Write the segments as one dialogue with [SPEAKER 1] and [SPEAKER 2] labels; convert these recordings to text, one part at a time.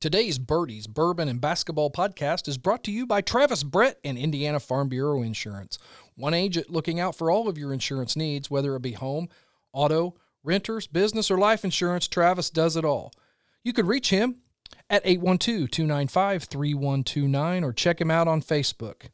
[SPEAKER 1] Today's Birdies Bourbon and Basketball podcast is brought to you by Travis Brett and Indiana Farm Bureau Insurance. One agent looking out for all of your insurance needs, whether it be home, auto, renters, business, or life insurance, Travis does it all. You can reach him at 812 295 3129 or check him out on Facebook.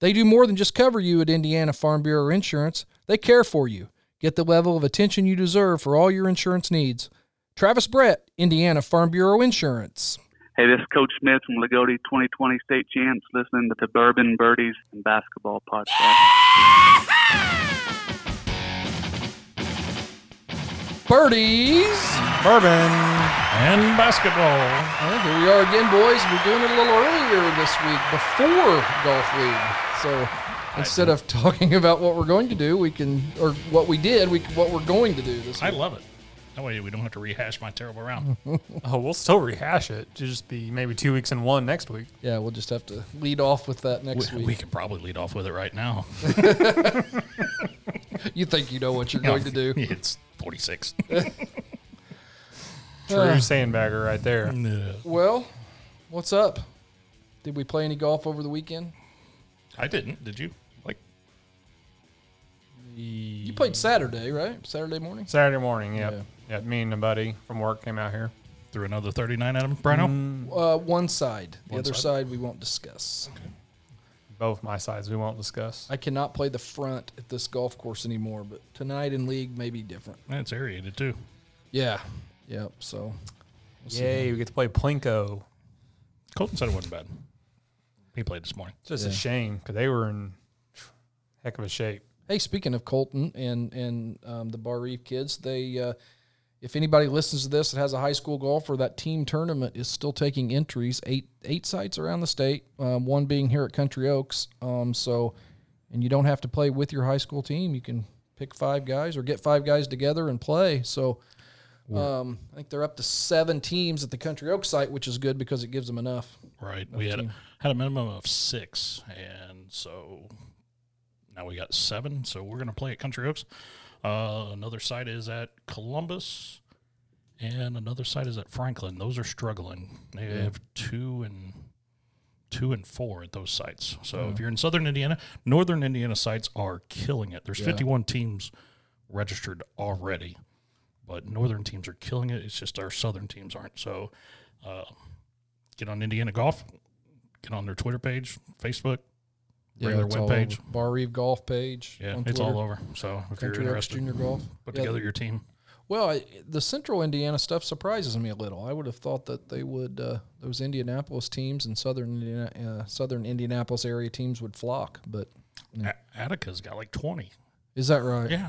[SPEAKER 1] They do more than just cover you at Indiana Farm Bureau Insurance, they care for you. Get the level of attention you deserve for all your insurance needs. Travis Brett, Indiana Farm Bureau Insurance.
[SPEAKER 2] Hey, this is Coach Smith from Lagodi 2020 State Champs listening to the Bourbon Birdies and Basketball Podcast.
[SPEAKER 1] Birdies!
[SPEAKER 3] Bourbon.
[SPEAKER 4] and basketball.
[SPEAKER 1] Well, here we are again, boys. We're doing it a little earlier this week before Golf League. So instead of talking about what we're going to do, we can, or what we did, we what we're going to do this
[SPEAKER 4] I
[SPEAKER 1] week.
[SPEAKER 4] love it. That way we don't have to rehash my terrible
[SPEAKER 1] Mm.
[SPEAKER 4] round.
[SPEAKER 3] Oh, we'll still rehash it. It'll just be maybe two weeks and one next week.
[SPEAKER 1] yeah, we'll just have to lead off with that next
[SPEAKER 4] we,
[SPEAKER 1] week.
[SPEAKER 4] we could probably lead off with it right now.
[SPEAKER 1] You think you know what you're going to do.
[SPEAKER 4] it's 46.
[SPEAKER 3] True Mm-hmm. sandbagger right there.
[SPEAKER 1] Well, what's up? Did we play any golf over the weekend?
[SPEAKER 4] I didn't. Did you? Like,
[SPEAKER 1] You played Saturday, right? Saturday morning?
[SPEAKER 3] Saturday morning, yep. Yeah. me and a buddy from work came out here.
[SPEAKER 4] threw another 39 at him, Bruno?
[SPEAKER 1] Uh, one side. The
[SPEAKER 4] Mm-hmm. One
[SPEAKER 1] other
[SPEAKER 4] side.
[SPEAKER 1] side we won't discuss.
[SPEAKER 3] Both my sides we won't discuss.
[SPEAKER 1] I cannot play the front at this golf course anymore, but tonight in league may be different.
[SPEAKER 4] That's aerated, too.
[SPEAKER 1] Yeah. Yep. So
[SPEAKER 3] Yay, we get to play Plinko.
[SPEAKER 4] Colton said it wasn't bad. He played this morning.
[SPEAKER 3] It's just a shame because they were in heck of a shape.
[SPEAKER 1] Hey, speaking of Colton and and um, the Bar Reef kids, they uh, if anybody listens to this that has a high school golfer, that team tournament is still taking entries. Eight eight sites around the state, um, one being here at Country Oaks. Um, so, and you don't have to play with your high school team. You can pick five guys or get five guys together and play. So. Um, I think they're up to seven teams at the Country Oaks site, which is good because it gives them enough.
[SPEAKER 4] Right. We had a, had a minimum of six, and so now we got seven. So we're going to play at Country Oaks. Uh, another site is at Columbus, and another site is at Franklin. Those are struggling. They have two and two and four at those sites. So if you're in Southern Indiana, Northern Indiana sites are killing it. There's 51 teams registered already, but Northern teams are killing it. It's just our Southern teams aren't. So uh, get on Indiana Golf, get on their Twitter page, Facebook, regular
[SPEAKER 1] it's all
[SPEAKER 4] webpage.
[SPEAKER 1] over. Bar Reef golf page.
[SPEAKER 4] Yeah,
[SPEAKER 1] on
[SPEAKER 4] it's
[SPEAKER 1] Twitter.
[SPEAKER 4] all over. So if you're
[SPEAKER 1] Country Oaks
[SPEAKER 4] interested,
[SPEAKER 1] Junior Golf.
[SPEAKER 4] put
[SPEAKER 1] Yeah,
[SPEAKER 4] together your team.
[SPEAKER 1] Well, I, the Central Indiana stuff surprises me a little. I would have thought that they would uh, those Indianapolis teams and Southern Indiana, uh, Southern Indianapolis area teams would flock, but
[SPEAKER 4] A- Attica's got like 20.
[SPEAKER 1] is that right?
[SPEAKER 4] Yeah.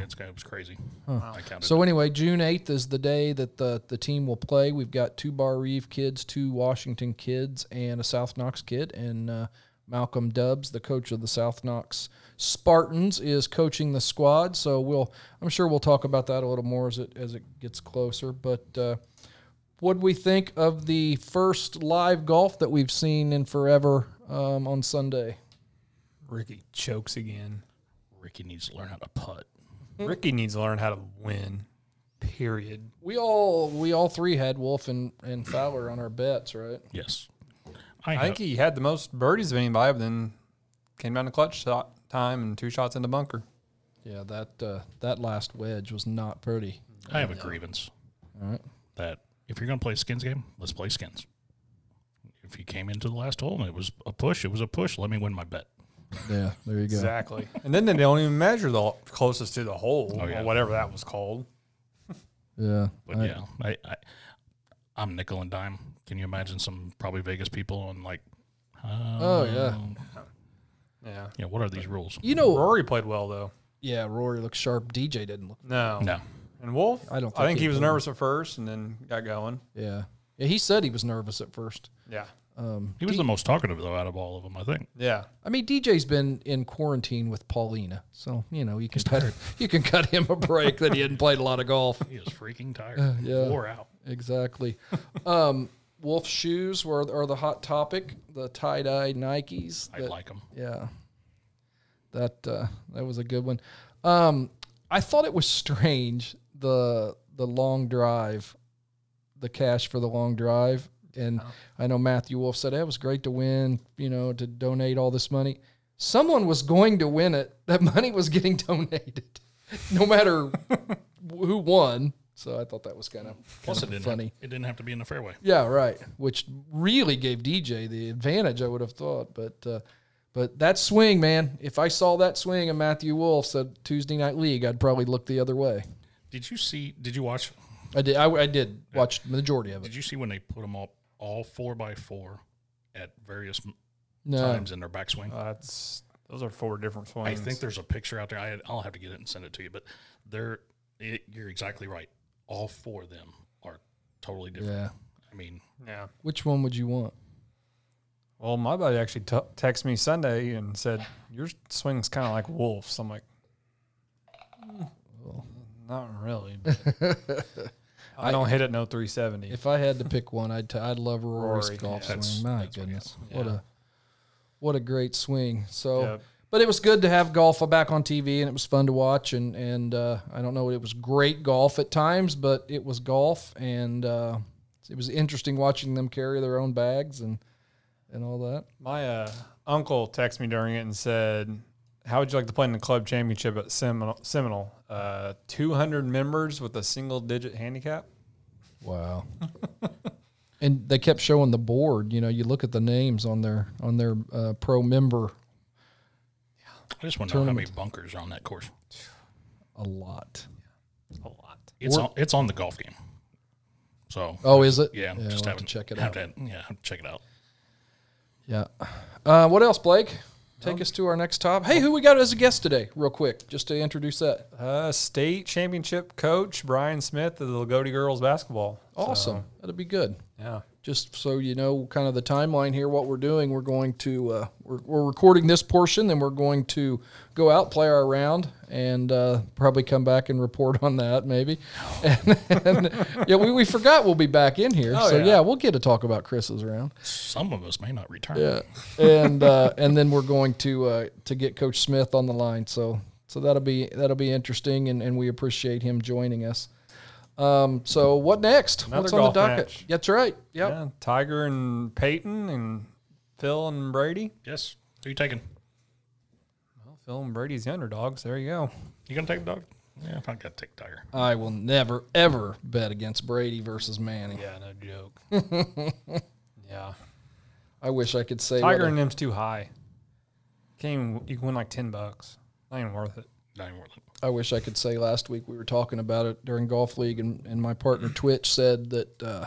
[SPEAKER 4] It's, it was crazy. I counted.
[SPEAKER 1] So anyway, June eighth is the day that the the team will play. We've got two Bar Reeve kids, two Washington kids, and a South Knox kid. And uh, Malcolm Dubbs, the coach of the South Knox Spartans, is coaching the squad. So we'll I'm sure we'll talk about that a little more as it as it gets closer. But uh, what we think of the first live golf that we've seen in forever um, on Sunday?
[SPEAKER 3] Ricky chokes again.
[SPEAKER 4] Ricky needs to learn how to putt.
[SPEAKER 3] Ricky needs to learn how to win. Period.
[SPEAKER 1] We all we all three had Wolf and, and Fowler on our bets, right?
[SPEAKER 4] Yes. I,
[SPEAKER 3] I think
[SPEAKER 4] have,
[SPEAKER 3] he had the most birdies of anybody, but then came down to clutch shot time and two shots into bunker.
[SPEAKER 1] Yeah, that uh, that last wedge was not pretty.
[SPEAKER 4] I have a grievance. That if you're going to play a skins game, let's play skins. If you came into the last hole and it was a push, it was a push. Let me win my bet.
[SPEAKER 1] Yeah, there you go.
[SPEAKER 3] Exactly. and then they don't even measure the closest to the hole
[SPEAKER 4] Oh, yeah.
[SPEAKER 3] or whatever that was called.
[SPEAKER 1] Yeah,
[SPEAKER 4] But yeah, I, I, I'm nickel and dime. Can you imagine some probably Vegas people and like,
[SPEAKER 1] Oh yeah.
[SPEAKER 3] Yeah.
[SPEAKER 4] yeah, what are these rules?
[SPEAKER 1] You know,
[SPEAKER 3] Rory played well though.
[SPEAKER 1] yeah, Rory looked sharp. DJ didn't look.
[SPEAKER 3] No.
[SPEAKER 4] No.
[SPEAKER 3] And Wolf,
[SPEAKER 1] I
[SPEAKER 3] I
[SPEAKER 1] don't
[SPEAKER 3] don't.
[SPEAKER 1] think
[SPEAKER 3] I think
[SPEAKER 1] he
[SPEAKER 3] he was
[SPEAKER 1] played.
[SPEAKER 3] nervous at first and then got going.
[SPEAKER 1] Yeah, yeah. He said he was nervous at first.
[SPEAKER 3] Yeah.
[SPEAKER 4] He was the most talkative though out of all of them, I think.
[SPEAKER 3] Yeah.
[SPEAKER 1] I mean, DJ's been in quarantine with Paulina, so you know you can cut, you can cut him a break that he hadn't played a lot of golf.
[SPEAKER 4] He is freaking tired.
[SPEAKER 1] Uh, yeah.
[SPEAKER 4] Wore out.
[SPEAKER 1] Exactly. Um, Wolf shoes were are the hot topic. The tie dye Nikes.
[SPEAKER 4] I
[SPEAKER 1] that-
[SPEAKER 4] like him.
[SPEAKER 1] Yeah. That uh, that was a good one. Um, I thought it was strange the the long drive, the cash for the long drive And I know Matthew Wolf said, it was great to win, you know, to donate all this money. Someone was going to win it. That money was getting donated, no matter who won. So I thought that was kind of
[SPEAKER 4] Plus, it didn't have-
[SPEAKER 1] funny.
[SPEAKER 4] it didn't have to be in the fairway.
[SPEAKER 1] Yeah, right. Which really gave DJ the advantage, I would have thought. But uh, but that swing, man. If I saw that swing and Matthew Wolf said Tuesday Night League, I'd probably look the other way.
[SPEAKER 4] Did you see? Did you watch?
[SPEAKER 1] I did. I, I did watch the majority of it.
[SPEAKER 4] Did you see when they put them up all four by four at various m
[SPEAKER 1] No,
[SPEAKER 4] times in their backswing?
[SPEAKER 3] Uh, that's those are four different swings.
[SPEAKER 4] I think there's a picture out there. I, I'll have to get it and send it to you. But they're, it, you're exactly right. All four of them are totally different.
[SPEAKER 1] Yeah.
[SPEAKER 4] I mean,
[SPEAKER 3] yeah.
[SPEAKER 1] Which one would you want?
[SPEAKER 3] Well, my buddy actually t- texted me Sunday and said your swing's kind of like Wolf's. I'm like, "Mm, not really. but I don't hit it no 370.
[SPEAKER 1] If I had to pick one, I'd t- I'd love Rory's
[SPEAKER 3] Rory,
[SPEAKER 1] golf
[SPEAKER 4] yeah, that's-
[SPEAKER 1] swing. My
[SPEAKER 4] that's what he
[SPEAKER 1] goodness,
[SPEAKER 3] is.
[SPEAKER 1] what
[SPEAKER 3] Yeah.
[SPEAKER 1] a what a great swing. So,
[SPEAKER 3] Yep.
[SPEAKER 1] but it was good to have golf back on TV, and it was fun to watch. And and uh, I don't know, it was great golf at times, but it was golf, and uh, it was interesting watching them carry their own bags and and all that.
[SPEAKER 3] my uh, uncle texted me during it and said, "How would you like to play in the club championship at Seminole? Seminole? Uh, 200 members with a single digit handicap."
[SPEAKER 1] Wow. and they kept showing the board. You know, you look at the names on their on their uh, pro member
[SPEAKER 4] I just want to know how many bunkers are on that course.
[SPEAKER 1] a lot.
[SPEAKER 3] A lot.
[SPEAKER 4] It's on, it's on the golf game. So
[SPEAKER 1] Oh, is it?
[SPEAKER 4] yeah,
[SPEAKER 1] we'll
[SPEAKER 4] just
[SPEAKER 1] have
[SPEAKER 4] have
[SPEAKER 1] to check it
[SPEAKER 4] have
[SPEAKER 1] out.
[SPEAKER 4] to- yeah, have to check it out.
[SPEAKER 1] Yeah. Uh, what else, Blake? Take us to our next top. Hey, who we got as a guest today, real quick, just to introduce that.
[SPEAKER 3] Uh, state championship coach Brian Smith of the Lagodi girls basketball.
[SPEAKER 1] Awesome. That'd be good.
[SPEAKER 3] Yeah.
[SPEAKER 1] Just so you know, kind of the timeline here, what we're doing, we're going to uh, we're, we're recording this portion, then we're going to go out, play our round, and uh, probably come back and report on that, maybe. And, and yeah, we, we forgot we'll be back in here,
[SPEAKER 3] Oh,
[SPEAKER 1] so yeah.
[SPEAKER 3] yeah.
[SPEAKER 1] we'll get to talk about Chris's round.
[SPEAKER 4] Some of us may not return.
[SPEAKER 1] Yeah, and uh, and then we're going to uh, to get Coach Smith on the line. So so that'll be that'll be interesting, and, and we appreciate him joining us. Um, so what next?
[SPEAKER 3] Another
[SPEAKER 1] What's on
[SPEAKER 3] golf
[SPEAKER 1] the docket?
[SPEAKER 3] match.
[SPEAKER 1] That's right. Yep.
[SPEAKER 3] Yeah. Tiger and Peyton and Phil and Brady.
[SPEAKER 4] Yes. Who you taking?
[SPEAKER 3] Well, Phil and Brady's the underdogs. There you go.
[SPEAKER 4] You gonna take the dog? Yeah, I gotta take Tiger.
[SPEAKER 1] I will never ever bet against Brady versus Manning.
[SPEAKER 3] Yeah, no joke. yeah.
[SPEAKER 1] I wish I could say
[SPEAKER 3] Tiger
[SPEAKER 1] what
[SPEAKER 3] and them's too high. Can't even, you can win like 10 bucks. Not even worth it.
[SPEAKER 4] Not even worth it.
[SPEAKER 1] I wish I could say last week we were talking about it during golf league, and, and my partner Twitch said that uh,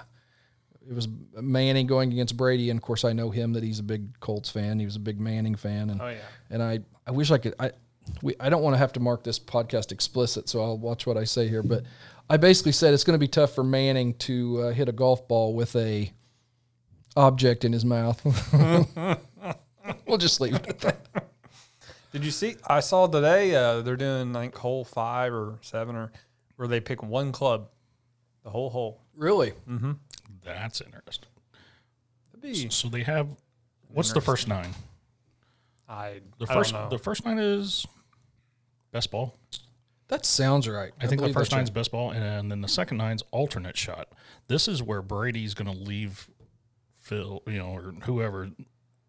[SPEAKER 1] it was Manning going against Brady, and of course I know him that he's a big Colts fan. He was a big Manning fan, and
[SPEAKER 3] yeah.
[SPEAKER 1] and I I wish I could I we I don't want to have to mark this podcast explicit, so I'll watch what I say here. But I basically said it's going to be tough for Manning to uh, hit a golf ball with a object in his mouth. we'll just leave it at that.
[SPEAKER 3] Did you see? I saw today uh, they're doing like hole five or seven or where they pick one club, the whole hole.
[SPEAKER 1] Really,
[SPEAKER 4] That's interesting.
[SPEAKER 3] That'd be,
[SPEAKER 4] So they have. What's the first nine?
[SPEAKER 3] I,
[SPEAKER 4] The
[SPEAKER 3] I
[SPEAKER 4] first
[SPEAKER 3] don't know.
[SPEAKER 4] the first nine is best ball.
[SPEAKER 1] that sounds right.
[SPEAKER 4] I think the
[SPEAKER 1] believe
[SPEAKER 4] first
[SPEAKER 1] that's
[SPEAKER 4] nine's best ball, and then the second nine's alternate shot. This is where Brady's going to leave Phil, you know, or whoever.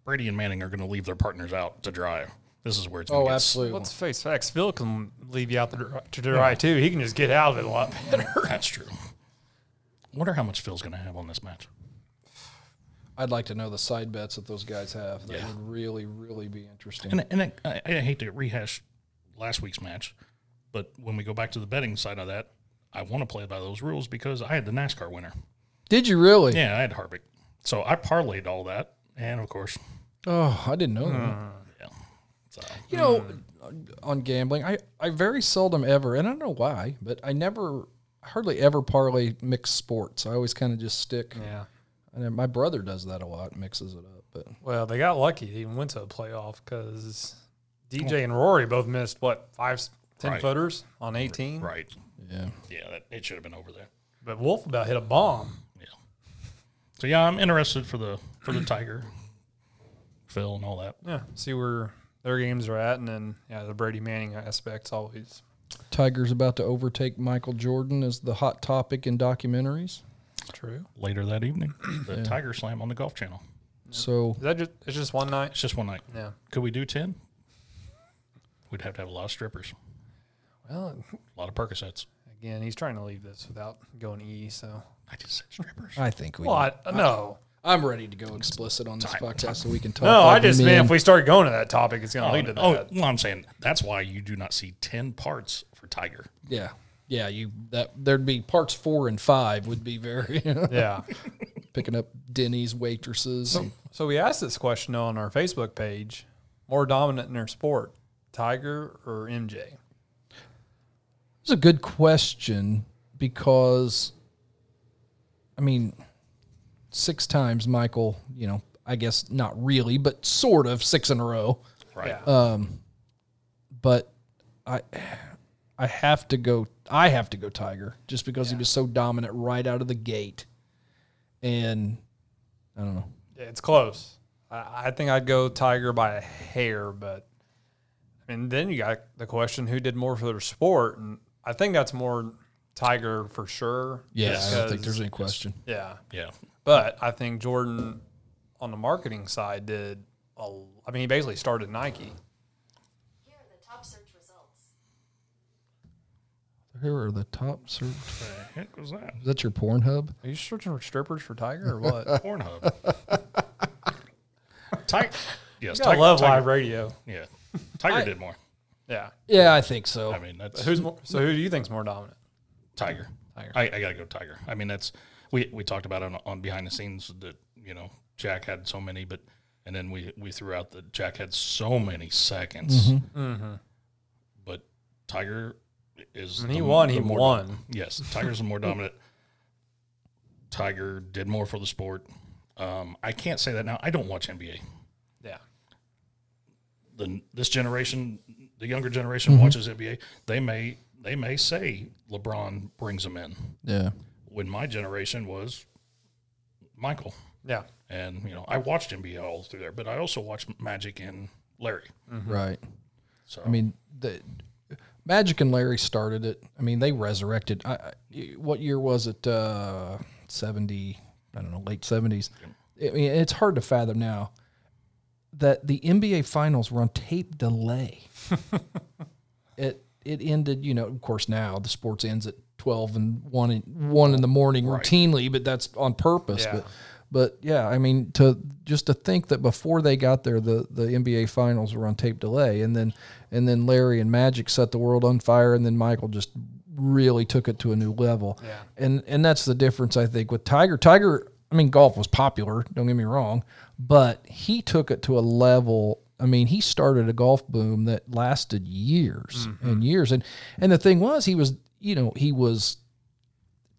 [SPEAKER 4] Brady and Manning are going to leave their partners out to dry. This is where it's.
[SPEAKER 1] right.
[SPEAKER 4] gonna
[SPEAKER 1] Oh,
[SPEAKER 4] get-
[SPEAKER 1] absolutely.
[SPEAKER 3] Let's face facts. Phil can leave you out the dri- to dry too. He can just get out of it a lot better.
[SPEAKER 4] That's true. Wonder how much Phil's going to have on this match.
[SPEAKER 1] I'd like to know the side bets that those guys have. That would really, really be interesting.
[SPEAKER 4] And and I, I hate to rehash last week's match, but when we go back to the betting side of that, I want to play by those rules because I had the NASCAR winner.
[SPEAKER 1] Did you really?
[SPEAKER 4] Yeah, I had Harvick, so I parlayed all that, and of course,
[SPEAKER 1] Oh, I didn't know that.
[SPEAKER 4] yeah. So
[SPEAKER 1] You know, on gambling, I, I very seldom ever, and I don't know why, but I never, hardly ever parlay mixed sports. I always kind of just stick.
[SPEAKER 3] Yeah.
[SPEAKER 1] And then my brother does that a lot, mixes it up. But
[SPEAKER 3] Well, they got lucky. They even went to a playoff because DJ and Rory both missed what five, s- ten
[SPEAKER 4] Right.
[SPEAKER 3] footers on
[SPEAKER 1] Mm.
[SPEAKER 3] eighteen.
[SPEAKER 4] right,
[SPEAKER 1] yeah,
[SPEAKER 4] yeah, that, it should have been over there.
[SPEAKER 3] But Wolf about hit a bomb.
[SPEAKER 4] So yeah, I'm interested for the for the Tiger, Phil, and all that.
[SPEAKER 3] Yeah. See where their games are at, and then yeah, the Brady Manning aspect's always.
[SPEAKER 1] Tiger's about to overtake Michael Jordan as the hot topic in documentaries.
[SPEAKER 3] True.
[SPEAKER 4] later that evening. The Tiger Slam on the Golf Channel.
[SPEAKER 1] So
[SPEAKER 3] Is that just it's just one night?
[SPEAKER 4] It's just one night.
[SPEAKER 3] Yeah.
[SPEAKER 4] Could we do 10? We'd have to have a lot of strippers,
[SPEAKER 3] Well,
[SPEAKER 4] a lot of Percocets.
[SPEAKER 3] again, he's trying to leave this without going E. So.
[SPEAKER 4] I just said strippers.
[SPEAKER 1] I think we.
[SPEAKER 3] Well, I, no,
[SPEAKER 1] I'm ready to go explicit on this podcast, so we can talk.
[SPEAKER 3] no. I
[SPEAKER 1] like
[SPEAKER 3] just
[SPEAKER 1] men.
[SPEAKER 3] meant if we start going to that topic, it's going to lead to that.
[SPEAKER 4] Oh, well, I'm saying that's why you do not see 10 parts for Tiger.
[SPEAKER 1] Yeah, yeah. You that there'd be parts four and five would be very
[SPEAKER 3] Yeah.
[SPEAKER 1] picking up Denny's waitresses. and-
[SPEAKER 3] So we asked this question on our Facebook page: more dominant in their sport, Tiger or MJ?
[SPEAKER 1] It's a good question because, I mean, six times Michael. You know, I guess not really, but sort of six in a row. Um,
[SPEAKER 4] Right.
[SPEAKER 3] Yeah.
[SPEAKER 1] But I, I have to go. I have to go Tiger just because he was so dominant right out of the gate, and I don't know.
[SPEAKER 3] Yeah, it's close. I, I think I'd go Tiger by a hair, but I mean, then you got the question: who did more for their sport? And I think that's more Tiger for sure.
[SPEAKER 1] Yeah,
[SPEAKER 3] just
[SPEAKER 1] I don't think
[SPEAKER 3] 'cause-
[SPEAKER 1] there's any question.
[SPEAKER 3] Yeah,
[SPEAKER 4] Yeah.
[SPEAKER 3] but I think Jordan on the marketing side did. A, I mean, he basically started Nike.
[SPEAKER 5] Here are the top search results.
[SPEAKER 1] Here are the top. Sur-
[SPEAKER 4] The heck was that?
[SPEAKER 1] Is that your Pornhub?
[SPEAKER 3] Are you searching for strippers for Tiger or what? I
[SPEAKER 4] Pornhub. Tiger. Yes,
[SPEAKER 3] gotta
[SPEAKER 4] Tiger.
[SPEAKER 3] love
[SPEAKER 4] Tiger-
[SPEAKER 3] live radio.
[SPEAKER 4] Yeah. Tiger did more.
[SPEAKER 3] Yeah.
[SPEAKER 1] Yeah, I think so.
[SPEAKER 4] I mean, that's
[SPEAKER 3] Who's more, so? Who do you think's more dominant?
[SPEAKER 4] Tiger.
[SPEAKER 3] Tiger.
[SPEAKER 4] I, I gotta go Tiger. I mean, that's we we talked about it on, on behind the scenes that you know Jack had so many, but and then we we threw out that Jack had so many seconds,
[SPEAKER 3] Mm-hmm.
[SPEAKER 4] but Tiger is
[SPEAKER 3] When he
[SPEAKER 4] the-
[SPEAKER 3] won,
[SPEAKER 4] the
[SPEAKER 3] he
[SPEAKER 4] more-
[SPEAKER 3] won.
[SPEAKER 4] Yes, Tiger's the more dominant. Tiger did more for the sport. Um, I can't say that now. I don't watch NBA.
[SPEAKER 3] Yeah.
[SPEAKER 4] The this generation, the younger generation watches NBA. They may they may say LeBron brings them in
[SPEAKER 1] yeah.
[SPEAKER 4] when my generation was Michael.
[SPEAKER 3] Yeah.
[SPEAKER 4] And, you know, I watched NBA all through there, but I also watched Magic and Larry.
[SPEAKER 1] Right.
[SPEAKER 4] So,
[SPEAKER 1] I mean, the Magic and Larry started it. I mean, they resurrected. I, I, what year was it? Uh, Seventy. I don't know, late seventies. I mean, it's hard to fathom now that the NBA finals were on tape delay. it it ended. You know, of course, now the sports ends at twelve and one in, one in the morning routinely, but that's on purpose.
[SPEAKER 3] Yeah.
[SPEAKER 1] But but yeah, I mean, to just to think that before they got there, the, the NBA finals were on tape delay, and then and then Larry and Magic set the world on fire, and then Michael just really took it to a new level.
[SPEAKER 3] Yeah.
[SPEAKER 1] And and that's the difference I think with Tiger. Tiger, I mean, golf was popular. Don't get me wrong, but he took it to a level. I mean, he started a golf boom that lasted years and years. And and the thing was, he was you know he was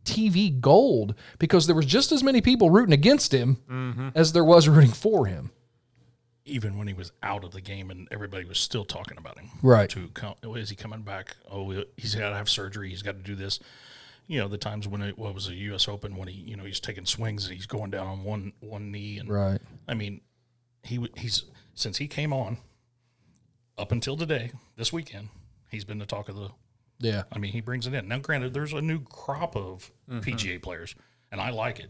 [SPEAKER 1] TV gold because there was just as many people rooting against him as there was rooting for him.
[SPEAKER 4] even when he was out of the game and everybody was still talking about him.
[SPEAKER 1] Right.
[SPEAKER 4] To come, oh, is he coming back? Oh, he's got to have surgery. He's got to do this. You know, the times when it what was a U.S. Open when he, you know, he's taking swings and he's going down on one one knee and
[SPEAKER 1] Right.
[SPEAKER 4] I mean, he w- he's since he came on up until today, this weekend, he's been the talk of the
[SPEAKER 1] Yeah.
[SPEAKER 4] I mean, he brings it in. Now, granted, there's a new crop of PGA players, and I like it.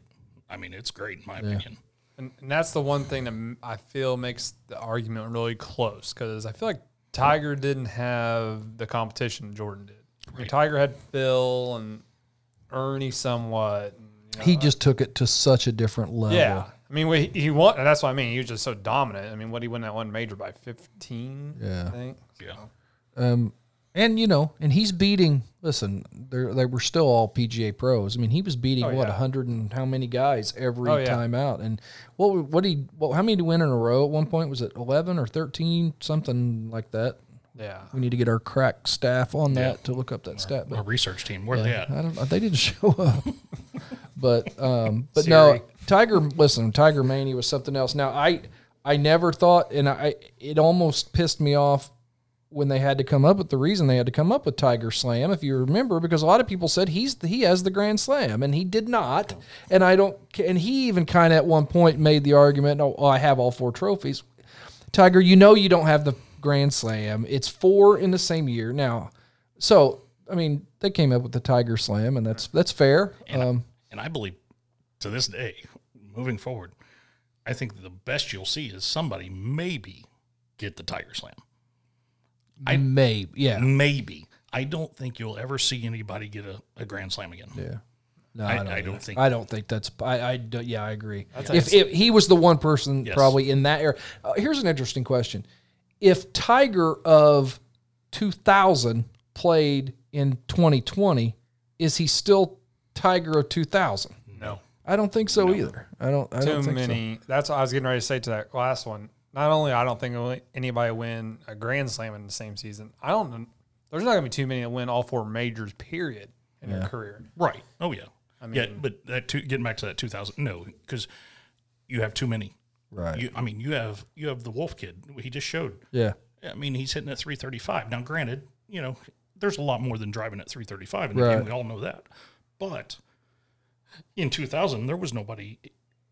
[SPEAKER 4] I mean, it's great in my opinion.
[SPEAKER 3] And, and that's the one thing that m- I feel makes the argument really close because I feel like Tiger didn't have the competition Jordan did. I mean, Tiger had Phil and Ernie somewhat. and, you know,
[SPEAKER 1] He just took it to such a different level.
[SPEAKER 3] yeah. I mean, we, he won. and that's what I mean. He was just so dominant. I mean, what he win that one major by fifteen?
[SPEAKER 1] Yeah.
[SPEAKER 3] I think.
[SPEAKER 4] Yeah.
[SPEAKER 1] And you know, and he's beating. Listen, they're, they were still all PGA pros. I mean, he was beating what a
[SPEAKER 3] yeah.
[SPEAKER 1] hundred and how many guys every
[SPEAKER 3] Oh, yeah.
[SPEAKER 1] time out. And what what he what, how many to win in a row at one point was it eleven or thirteen something like that.
[SPEAKER 3] Yeah.
[SPEAKER 1] We need to get our crack staff on that to look up that stat. But
[SPEAKER 4] Our research team, where they at?
[SPEAKER 1] I don't. They didn't show up. but um, but no,
[SPEAKER 3] Siri.
[SPEAKER 1] Tiger. Listen, Tiger Mania was something else. Now I I never thought, and I it almost pissed me off when they had to come up with the reason they had to come up with Tiger Slam, if you remember, because a lot of people said he's he has the Grand Slam, and he did not. And I don't. And he even kind of at one point made the argument, "Oh, I have all four trophies." Tiger, you know you don't have the Grand Slam. It's four in the same year now. So I mean, they came up with the Tiger Slam, and that's that's fair. Um,
[SPEAKER 4] And I believe to this day, moving forward, I think the best you'll see is somebody maybe get the Tiger Slam. I- Mm.
[SPEAKER 1] may, yeah,
[SPEAKER 4] Maybe. I don't think you'll ever see anybody get a, a Grand Slam again.
[SPEAKER 1] yeah. No,
[SPEAKER 4] I- I don't think-
[SPEAKER 1] I don't think that's. I, I do- yeah, I agree.
[SPEAKER 3] That's
[SPEAKER 1] If,
[SPEAKER 3] nice.
[SPEAKER 1] if he was the one person
[SPEAKER 4] Yes.
[SPEAKER 1] probably in that era, uh, here's an interesting question: If Tiger of 2000 played in 2020, is he still Tiger of 2000?
[SPEAKER 4] No.
[SPEAKER 1] I don't think so either. I don't. I
[SPEAKER 3] Too
[SPEAKER 1] don't think so.
[SPEAKER 3] many. That's what I was getting ready to say to that last one. Not only I don't think only anybody win a Grand Slam in the same season. I don't. There's not gonna be too many that win all four majors. Period in their career.
[SPEAKER 4] Right. Oh yeah. yeah,
[SPEAKER 3] mean-
[SPEAKER 4] but that two, getting back to that 2000. No, because you have too many.
[SPEAKER 1] Right.
[SPEAKER 4] You, I mean, you have you have the Wolf kid. He just showed.
[SPEAKER 1] yeah.
[SPEAKER 4] I mean, he's hitting at 335. Now, granted, you know, there's a lot more than driving at 335 in the
[SPEAKER 1] Right.
[SPEAKER 4] game. We all know that. But in 2000, there was nobody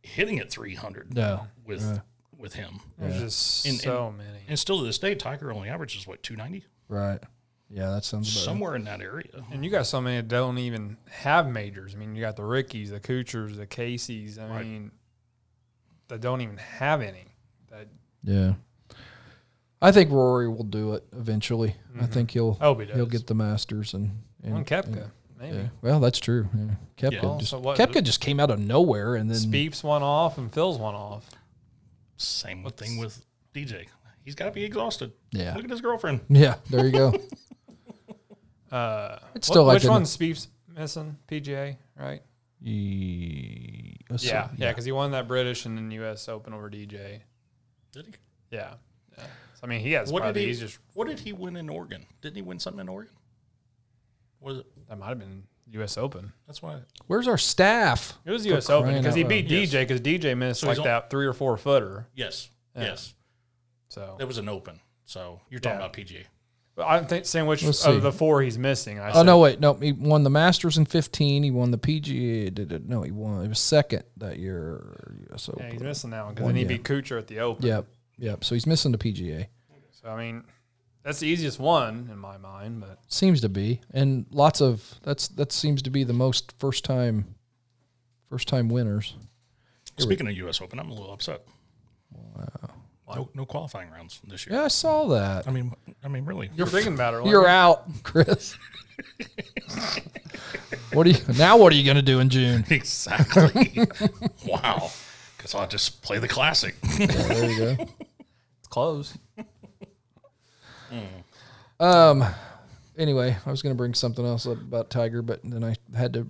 [SPEAKER 4] hitting at 300
[SPEAKER 1] No.
[SPEAKER 4] with with him.
[SPEAKER 3] There's just
[SPEAKER 4] And-
[SPEAKER 3] so many.
[SPEAKER 4] And still to this day, Tiger only averages what 290
[SPEAKER 1] Right. Yeah, that sounds about
[SPEAKER 4] somewhere in that area.
[SPEAKER 3] And you got so many that don't even have majors. I mean, you got the Rickies, the Kuchers, the Caseys. I
[SPEAKER 4] Right.
[SPEAKER 3] mean, that don't even have any. That
[SPEAKER 1] Yeah. I think Rory will do it eventually. I think he'll
[SPEAKER 3] Mm-hmm. I hope he
[SPEAKER 1] will
[SPEAKER 3] does.
[SPEAKER 1] get the Masters and and,
[SPEAKER 3] one Kepka,
[SPEAKER 1] and-
[SPEAKER 3] maybe.
[SPEAKER 1] yeah. Well, that's true. Yeah. Kepka
[SPEAKER 4] Yeah.
[SPEAKER 1] just
[SPEAKER 3] Also, what-
[SPEAKER 1] Kepka just came out of nowhere and then
[SPEAKER 3] Speeps one off and Phil's one off.
[SPEAKER 4] Same thing with DJ. He's got to be exhausted.
[SPEAKER 1] Yeah.
[SPEAKER 4] Look at his girlfriend.
[SPEAKER 1] Yeah, there you go.
[SPEAKER 3] Uh,
[SPEAKER 1] It's
[SPEAKER 3] wh-
[SPEAKER 1] still like
[SPEAKER 3] which
[SPEAKER 1] an-
[SPEAKER 3] one Speeps missing? PGA, right?
[SPEAKER 1] Ye- let's see.
[SPEAKER 3] Yeah, yeah, because he won that British and then U.S. Open over DJ.
[SPEAKER 4] Did he?
[SPEAKER 3] Yeah, yeah. So, I mean, he has
[SPEAKER 4] What did
[SPEAKER 3] probably
[SPEAKER 4] he?
[SPEAKER 3] he's just
[SPEAKER 4] what did he win in Oregon? Didn't he win something in Oregon? Was it?
[SPEAKER 3] that might have been U.S. Open.
[SPEAKER 4] That's why.
[SPEAKER 1] Where's our staff?
[SPEAKER 3] It was U.S. Open
[SPEAKER 1] crying
[SPEAKER 3] because
[SPEAKER 1] out
[SPEAKER 3] he
[SPEAKER 1] loud.
[SPEAKER 3] beat
[SPEAKER 4] Yes.
[SPEAKER 3] DJ because DJ missed
[SPEAKER 4] So he's
[SPEAKER 3] like
[SPEAKER 4] on-
[SPEAKER 3] that three or four footer.
[SPEAKER 4] Yes.
[SPEAKER 3] Yeah.
[SPEAKER 4] Yes.
[SPEAKER 3] So
[SPEAKER 4] It was an open. So you're talking
[SPEAKER 3] Yeah.
[SPEAKER 4] about PGA.
[SPEAKER 3] But I'm think, saying which
[SPEAKER 1] Let's see.
[SPEAKER 3] of the four he's missing. I
[SPEAKER 1] Oh no, wait, no. He won the Masters in fifteen. He won the PGA. Did it, no, he won. It was second that year. U.S. Open.
[SPEAKER 3] Yeah, he's missing that one because
[SPEAKER 1] One,
[SPEAKER 3] then he
[SPEAKER 1] yeah.
[SPEAKER 3] beat Kuchar at the Open.
[SPEAKER 1] Yep, yep. So he's missing the PGA.
[SPEAKER 3] So I mean, that's the easiest one in my mind. But
[SPEAKER 1] Seems to be, and lots of that's that seems to be the most first time, first time winners.
[SPEAKER 4] Speaking of U.S. Open, I'm a little upset. Wow. No, no qualifying rounds this year.
[SPEAKER 1] Yeah, I saw that.
[SPEAKER 4] I mean, I mean, really.
[SPEAKER 3] you're thinking about it.
[SPEAKER 1] You're out, Chris. what are you now? What are you going to do in June?
[SPEAKER 4] Exactly. wow. Because I'll just play the classic.
[SPEAKER 1] There you go.
[SPEAKER 3] It's close.
[SPEAKER 1] Um, Anyway, I was going to bring something else up about Tiger, but then I had to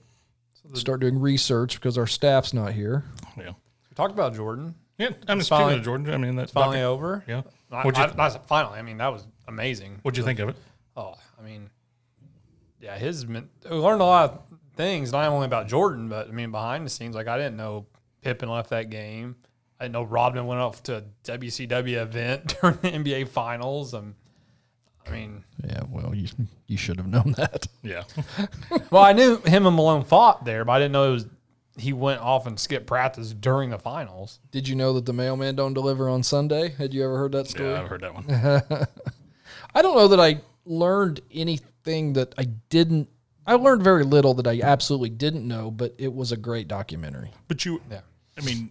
[SPEAKER 1] start doing research because our staff's not here.
[SPEAKER 4] yeah.
[SPEAKER 3] We talked about Jordan.
[SPEAKER 4] Yeah. I'm just
[SPEAKER 3] finally-
[SPEAKER 4] speaking of Jordan. I mean, that's
[SPEAKER 3] Finally over.
[SPEAKER 4] Yeah.
[SPEAKER 3] I,
[SPEAKER 4] What'd you-
[SPEAKER 3] I- that's- finally, I mean, that was amazing.
[SPEAKER 4] What'd you think of it?
[SPEAKER 3] Oh, I mean, yeah, his men- we learned a lot of things, not only about Jordan, but I mean, behind the scenes, like I didn't know Pippen left that game. I didn't know Rodman went off to a WCW event during the NBA Finals. Um, I mean,
[SPEAKER 1] Yeah, well, you you should have known that.
[SPEAKER 4] Yeah.
[SPEAKER 3] well, I knew him and Malone fought there, but I didn't know it was he went off and skipped practice during the finals.
[SPEAKER 1] Did you know that the mailman don't deliver on Sunday? Had you ever heard that story?
[SPEAKER 4] yeah. I've heard that one.
[SPEAKER 1] I don't know that I learned anything that I didn't. I learned very little that I absolutely didn't know, but it was a great documentary.
[SPEAKER 4] But you,
[SPEAKER 3] Yeah.
[SPEAKER 4] I mean,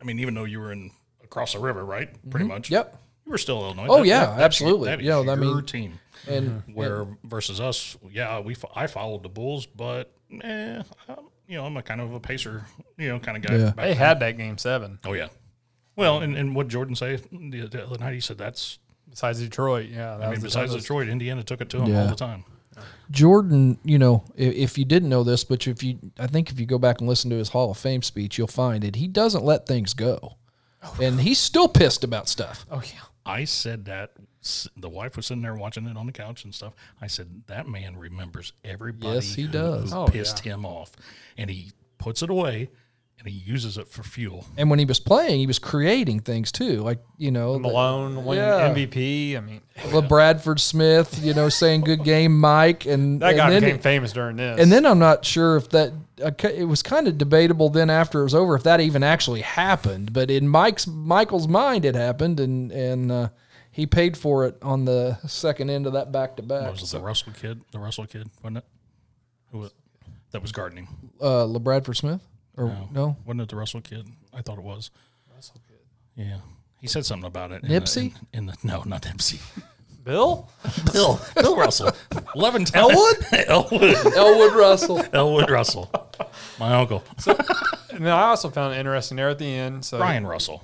[SPEAKER 4] I mean, even though you were in across the river, right? Pretty much.
[SPEAKER 1] Yep.
[SPEAKER 4] You were still Illinois.
[SPEAKER 1] Oh,
[SPEAKER 4] That-
[SPEAKER 1] yeah,
[SPEAKER 4] that- that's your-
[SPEAKER 1] absolutely.
[SPEAKER 4] That is
[SPEAKER 1] Yeah, I
[SPEAKER 4] your
[SPEAKER 1] mean-
[SPEAKER 4] team.
[SPEAKER 1] And
[SPEAKER 4] Where versus us, yeah, we fo- I followed the Bulls, but eh, I'm, you know I'm a kind of a pacer, you know, kind of guy.
[SPEAKER 1] Yeah.
[SPEAKER 4] back
[SPEAKER 3] They had that game seven,
[SPEAKER 4] Oh yeah. Well, and, and what Jordan say the, the other night? He said that's
[SPEAKER 3] besides Detroit. Yeah, that
[SPEAKER 4] I mean,
[SPEAKER 3] was the
[SPEAKER 4] besides
[SPEAKER 3] toughest.
[SPEAKER 4] Detroit, Indiana took it to him
[SPEAKER 1] Yeah.
[SPEAKER 4] all the time.
[SPEAKER 1] Jordan, you know, if, if you didn't know this, but if you, I think if you go back and listen to his Hall of Fame speech, you'll find it. He doesn't let things go,
[SPEAKER 4] Oh,
[SPEAKER 1] and he's still pissed about stuff.
[SPEAKER 3] Oh yeah.
[SPEAKER 4] I said that s- the wife was sitting there watching it on the couch and stuff. I said that man remembers everybody.
[SPEAKER 1] Yes, he
[SPEAKER 4] who-
[SPEAKER 1] does.
[SPEAKER 4] Who
[SPEAKER 3] Oh,
[SPEAKER 4] pissed him off, and he puts it away, and he uses it for fuel.
[SPEAKER 1] And when he was playing, he was creating things too, like you know, the-
[SPEAKER 3] Malone winning
[SPEAKER 1] Yeah.
[SPEAKER 3] MVP. I mean,
[SPEAKER 1] the Bradford Smith, you know, saying "good game, Mike," and
[SPEAKER 3] that
[SPEAKER 1] and
[SPEAKER 3] guy
[SPEAKER 1] then-
[SPEAKER 3] became famous during this.
[SPEAKER 1] And then I'm not sure if that okay, it was kind of debatable then after it was over if that even actually happened, but in Mike's Michael's mind it happened and and uh, he paid for it on the second end of that back to
[SPEAKER 4] What
[SPEAKER 1] back.
[SPEAKER 4] was it the Russell kid? The Russell kid, wasn't it? Who was, that was gardening?
[SPEAKER 1] Uh LeBradford Smith. Or no?
[SPEAKER 4] No. Wasn't it the Russell kid? I thought it was.
[SPEAKER 3] Russell kid.
[SPEAKER 4] Yeah. He said something about it.
[SPEAKER 1] Nipsey?
[SPEAKER 4] In the, in, in the no, not Nipsey.
[SPEAKER 3] Bill?
[SPEAKER 4] Bill. Bill Russell. Eleven times. Elwood. Elwood.
[SPEAKER 1] Elwood Russell.
[SPEAKER 4] Elwood Russell. My uncle.
[SPEAKER 3] And then I also found it interesting there at the end. So
[SPEAKER 4] Brian Russell.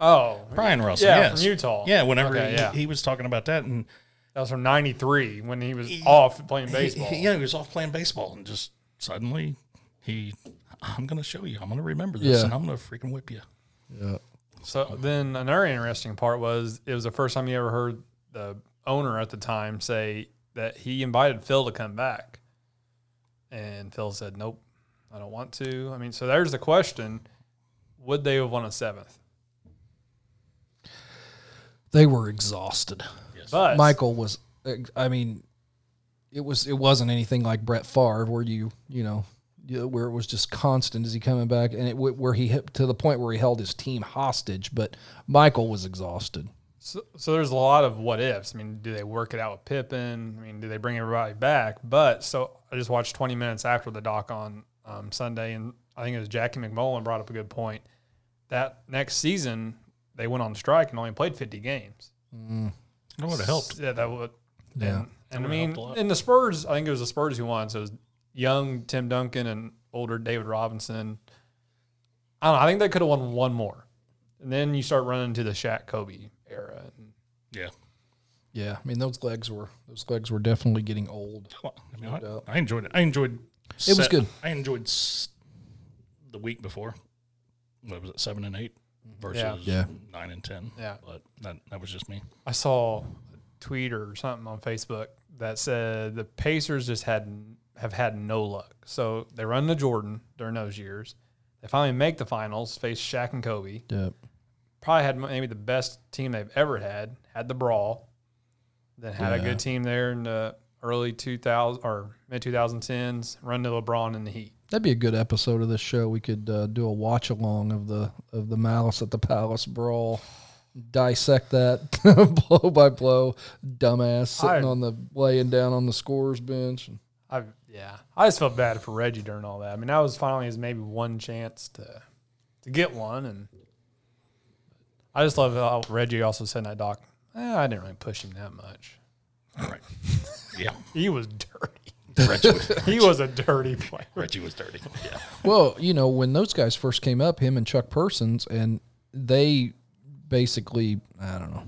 [SPEAKER 3] Oh,
[SPEAKER 4] Brian Russell.
[SPEAKER 3] Yeah,
[SPEAKER 4] yes.
[SPEAKER 3] from Utah.
[SPEAKER 4] Yeah. Whenever
[SPEAKER 3] Okay,
[SPEAKER 4] he,
[SPEAKER 3] yeah.
[SPEAKER 4] he was talking about that, and
[SPEAKER 3] that was from '93 when he was off playing baseball.
[SPEAKER 4] He, he- yeah, he was off playing baseball, and just suddenly he, I'm going to show you. I'm going to remember this,
[SPEAKER 1] Yeah.
[SPEAKER 4] and I'm going to freaking whip you.
[SPEAKER 1] Yeah.
[SPEAKER 3] So then another interesting part was it was the first time you ever heard the owner at the time say that he invited Phil to come back. And Phil said, Nope, I don't want to. I mean, so there's the question would they have won a seventh?
[SPEAKER 1] They were exhausted.
[SPEAKER 3] But
[SPEAKER 1] Michael was. I mean, it was. It wasn't anything like Brett Favre, where you you know, you- where it was just constant. Is he coming back? And it w- where he hit to the point where he held his team hostage. But Michael was exhausted.
[SPEAKER 3] so, so there's a lot of what ifs. I mean, do they work it out with Pippen? I mean, do they bring everybody back? But so I just watched 20 minutes after the doc on um, Sunday, and I think it was Jackie McMullen brought up a good point. That next season, they went on strike and only played 50 games.
[SPEAKER 4] That would have Oh, helped.
[SPEAKER 3] Yeah, that would.
[SPEAKER 1] Yeah.
[SPEAKER 3] And, and I
[SPEAKER 4] would've
[SPEAKER 3] mean,
[SPEAKER 4] helped a lot.
[SPEAKER 3] in the Spurs, I think it was the Spurs who won. So it was young Tim Duncan and older David Robinson. I don't know. I think they could have won one more. And then you start running into the Shaq Kobe era. And
[SPEAKER 4] Yeah.
[SPEAKER 1] Yeah, I mean those legs were those legs were definitely getting old.
[SPEAKER 4] Well, I, mean,
[SPEAKER 1] doubt.
[SPEAKER 4] I, I enjoyed it. I enjoyed. It
[SPEAKER 1] was good.
[SPEAKER 4] I enjoyed s- the week before. What was it? Seven and eight versus
[SPEAKER 1] Yeah.
[SPEAKER 4] nine and ten.
[SPEAKER 3] Yeah.
[SPEAKER 4] but that, that was just me.
[SPEAKER 3] I saw a tweet or something on Facebook that said the Pacers just had have had no luck. So they run to Jordan during those years. They finally make the finals, face Shaq and Kobe.
[SPEAKER 1] Yep.
[SPEAKER 3] probably had maybe the best team they've ever had. Had the brawl, then had a
[SPEAKER 1] Yeah.
[SPEAKER 3] good team there in the early 2000 or mid 2010s. Run to LeBron in the Heat.
[SPEAKER 1] That'd be a good episode of this show. We could uh, do a watch along of the of the Malice at the Palace brawl, dissect that blow by blow. Dumbass sitting
[SPEAKER 3] I-
[SPEAKER 1] on the laying down on the scores bench.
[SPEAKER 3] I yeah, I just felt bad for Reggie during all that. I mean, that was finally his maybe one chance to to get one, and I just love how Reggie also said in that doc. Eh, I didn't really push him that much.
[SPEAKER 4] All right. yeah,
[SPEAKER 3] He was dirty.
[SPEAKER 4] Reggie, was-
[SPEAKER 3] He was a dirty player.
[SPEAKER 4] Reggie was dirty. Yeah,
[SPEAKER 1] Well, you know, when those guys first came up, him and Chuck Persons, and they basically, I don't know,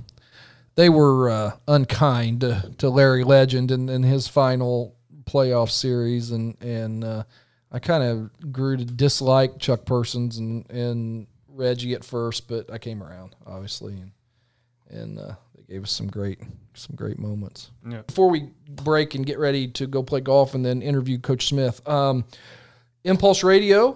[SPEAKER 1] they were uh, unkind to, to Larry Legend in, in his final playoff series, and and uh, I kind of grew to dislike Chuck Persons and and Reggie at first, but I came around obviously, and and uh, they gave us some great some great moments.
[SPEAKER 3] Yeah.
[SPEAKER 1] Before we break and get ready to go play golf and then interview Coach Smith. Um, Impulse Radio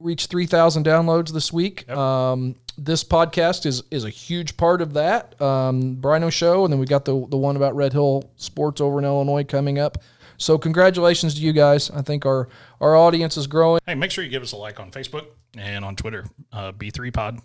[SPEAKER 1] reached 3,000 downloads this week. Um, this podcast is is a huge part of that. Um, Brino Show, and then we got the, the one about Red Hill Sports over in Illinois coming up. So congratulations to you guys. I think our, our audience is growing.
[SPEAKER 4] Hey, make sure you give us a like on Facebook and on Twitter. Uh, B3 Pod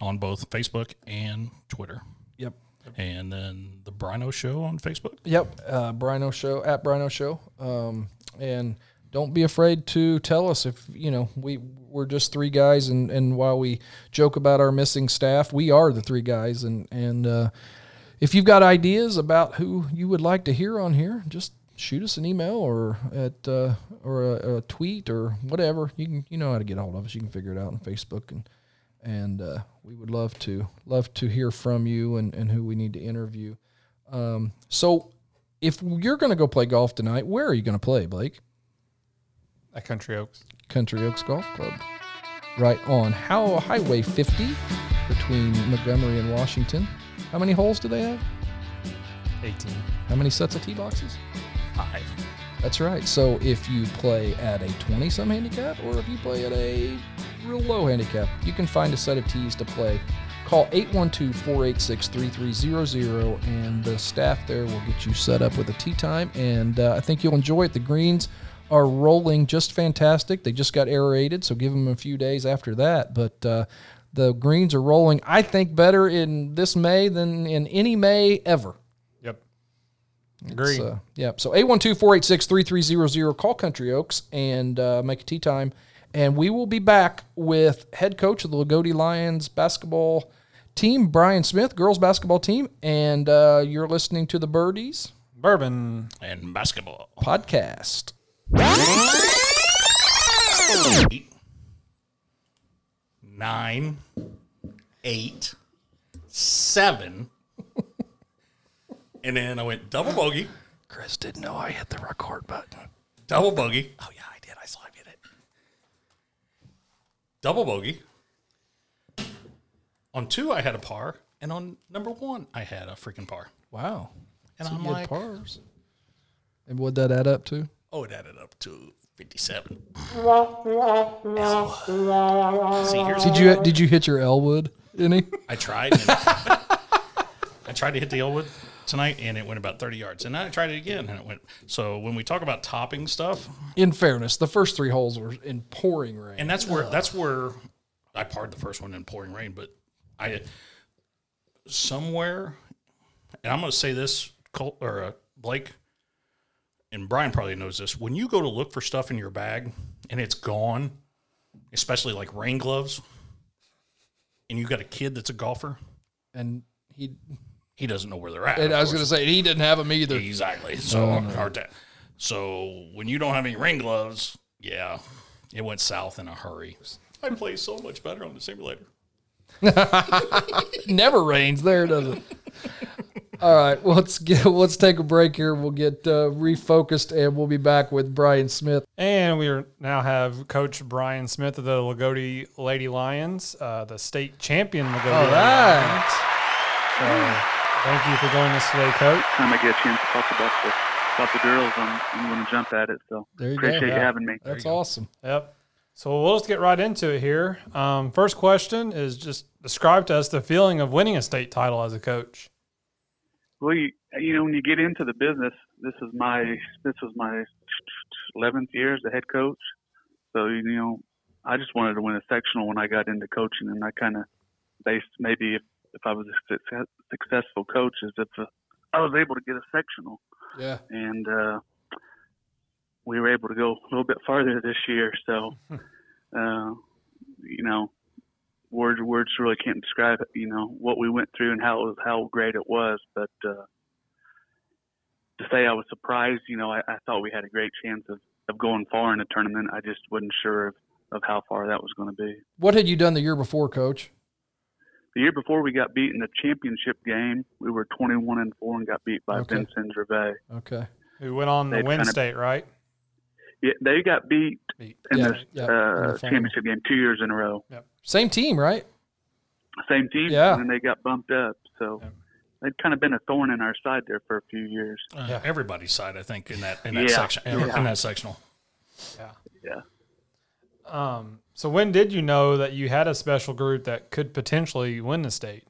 [SPEAKER 4] on both Facebook and Twitter.
[SPEAKER 1] Yep.
[SPEAKER 4] And then the Brino Show on Facebook.
[SPEAKER 1] Yep. Uh, Brino Show at Brino Show. Um, and don't be afraid to tell us if you know we we're just three guys, and and while we joke about our missing staff, we are the three guys, and and uh, if you've got ideas about who you would like to hear on here, just shoot us an email or at uh, or a, a tweet or whatever. You can you know how to get a hold of us. You can figure it out on Facebook and and uh, we would love to love to hear from you and and who we need to interview. Um, so if you're going to go play golf tonight, where are you going to play, Blake?
[SPEAKER 3] At Country Oaks.
[SPEAKER 1] Country Oaks Golf Club, right on How Highway 50 between Montgomery and Washington. How many holes do they have?
[SPEAKER 3] 18.
[SPEAKER 1] How many sets of tee boxes?
[SPEAKER 4] Five.
[SPEAKER 1] That's right. So if you play at a 20 some handicap or if you play at a real low handicap, you can find a set of tees to play. Call 812 486 3300 and the staff there will get you set up with a tee time. And uh, I think you'll enjoy it. The greens are rolling just fantastic. They just got aerated, so give them a few days after that. But uh, the greens are rolling, I think, better in this May than in any May ever.
[SPEAKER 3] Yep. Agree.
[SPEAKER 1] So, yeah. So 812 486 3300. Call Country Oaks and uh, make a tea time And we will be back with head coach of the Lagodi Lions basketball team, Brian Smith, girls basketball team. And uh, you're listening to the Birdies
[SPEAKER 3] Bourbon.
[SPEAKER 4] and basketball.
[SPEAKER 1] podcast.
[SPEAKER 4] Eight, nine, eight, seven, and then I went double bogey,
[SPEAKER 1] Chris didn't know I hit the record button.
[SPEAKER 4] double bogey. Oh yeah, I did. I saw I did it. Double bogey. On two, I had a par, and on number one, I had a freaking par.
[SPEAKER 1] Wow.
[SPEAKER 4] And
[SPEAKER 1] Some
[SPEAKER 4] I'm
[SPEAKER 1] good
[SPEAKER 4] like,
[SPEAKER 1] pars. And what'd that add up to?
[SPEAKER 4] Oh, it added up to 57. See, here's,
[SPEAKER 1] Did you did you hit your Elwood? Any?
[SPEAKER 4] I tried. and- I tried to hit the Elwood tonight, and it went about 30 yards. And then I tried it again, and it went. So when we talk about topping stuff,
[SPEAKER 1] In fairness, the first three holes were in pouring rain.
[SPEAKER 4] and that's where that's where I parred the first one in pouring rain, but I somewhere, and I'm going to say this, Colt or uh, Blake, and Brian probably knows this. When you go to look for stuff in your bag and it's gone, especially like rain gloves, and you got a kid that's a golfer,
[SPEAKER 1] and he
[SPEAKER 4] he doesn't know where they're at.
[SPEAKER 1] and
[SPEAKER 4] of
[SPEAKER 1] I was
[SPEAKER 4] course.
[SPEAKER 1] going to say he didn't have them either.
[SPEAKER 4] Exactly. Oh, So hard to- So when you don't have any rain gloves, yeah, it went south in a hurry. I play so much better on the simulator.
[SPEAKER 1] It never rains there, does it? All right, well, let's get let's take a break here. We'll get uh, refocused and we'll be back with Brian Smith.
[SPEAKER 3] And we are, now have Coach Brian Smith of the Lagodi Lady Lions, uh, the state champion Lagodi Lady
[SPEAKER 1] right.
[SPEAKER 3] Lions. So, thank you for joining us today, Coach.
[SPEAKER 2] Time I get a chance to talk about the, about the girls, I'm, I'm going to jump at it. So
[SPEAKER 1] There you go.
[SPEAKER 2] appreciate you having me.
[SPEAKER 1] That's awesome.
[SPEAKER 3] Yep. So we'll just get right into it here. Um, first question is just describe to us the feeling of winning a state title as a coach.
[SPEAKER 2] Well, you, you know, when you get into the business, this is my this was my eleventh year as a head coach. So you know, I just wanted to win a sectional when I got into coaching, and I kind of based maybe if, if I was a success, successful coach is if uh, I was able to get a sectional,
[SPEAKER 1] Yeah.
[SPEAKER 2] and uh, we were able to go a little bit farther this year. So, uh, you know, words words really can't describe it. You know what we went through and how it was, how great it was. But uh, to say I was surprised, you know, I, I thought we had a great chance of, of going far in the tournament. I just wasn't sure of, of how far that was going to be.
[SPEAKER 1] What had you done the year before, Coach?
[SPEAKER 2] The year before we got beat in the championship game, we were 21 and four and got beat by
[SPEAKER 1] Okay.
[SPEAKER 2] Vincent Gervais.
[SPEAKER 1] Okay.
[SPEAKER 3] Who went on to
[SPEAKER 2] They've
[SPEAKER 3] win
[SPEAKER 2] kinda-
[SPEAKER 3] state, right?
[SPEAKER 2] Yeah, they got beat
[SPEAKER 3] Beat.
[SPEAKER 2] in
[SPEAKER 1] Yeah,
[SPEAKER 2] this
[SPEAKER 1] yeah, in
[SPEAKER 2] uh,
[SPEAKER 1] the final.
[SPEAKER 2] championship game two years in a row.
[SPEAKER 1] Same team, right?
[SPEAKER 2] Same team,
[SPEAKER 1] Yeah.
[SPEAKER 2] and then they got bumped up. So
[SPEAKER 3] Yeah.
[SPEAKER 2] they'd kind of been a thorn in our side there for a few years.
[SPEAKER 4] Uh,
[SPEAKER 3] Yeah.
[SPEAKER 4] Everybody's side, I think, in that in that
[SPEAKER 2] Yeah.
[SPEAKER 4] section in,
[SPEAKER 2] Yeah.
[SPEAKER 4] that sectional.
[SPEAKER 3] Yeah.
[SPEAKER 2] Yeah.
[SPEAKER 3] Um, so when did you know that you had a special group that could potentially win the state?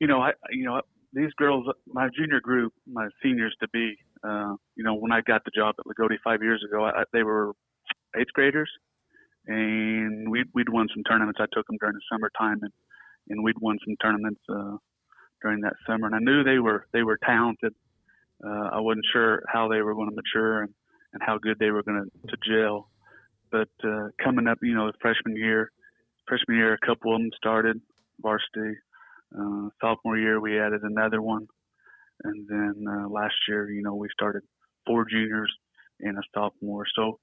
[SPEAKER 2] You know, I you know these girls, my junior group, my seniors to be. Uh, you know, when I got the job at Lagodi five years ago, I, they were eighth graders, and we we'd won some tournaments. I took them during the summertime, and and we'd won some tournaments uh, during that summer. And I knew they were they were talented. Uh, I wasn't sure how they were going to mature and, and how good they were going to gel. But uh, coming up, you know, the freshman year, freshman year, a couple of them started varsity. Uh, sophomore year, we added another one, and then uh, last year, you know, we started four juniors and a sophomore. So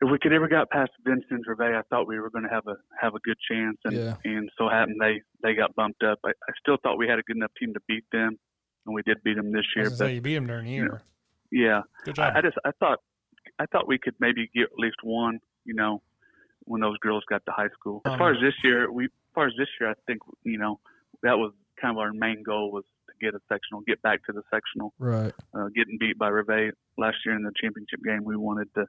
[SPEAKER 2] if we could ever got past Vincent Gervais, I thought we were going to have a have a good chance, and
[SPEAKER 1] Yeah.
[SPEAKER 2] and so happened they they got bumped up. I, I still thought we had a good enough team to beat them, and we did beat them this
[SPEAKER 3] I
[SPEAKER 2] year.
[SPEAKER 3] was gonna
[SPEAKER 2] But
[SPEAKER 3] say you beat them during the year.
[SPEAKER 2] yeah,
[SPEAKER 4] Good job.
[SPEAKER 2] I, I just I thought I thought we could maybe get at least one, you know, when those girls got to high school. As
[SPEAKER 3] Um,
[SPEAKER 2] far as this year, we as far as this year, I think you know that was kind of our main goal was to get a sectional, get back to the sectional.
[SPEAKER 1] Right.
[SPEAKER 2] Uh, getting beat by Reve last year in the championship game, we wanted to,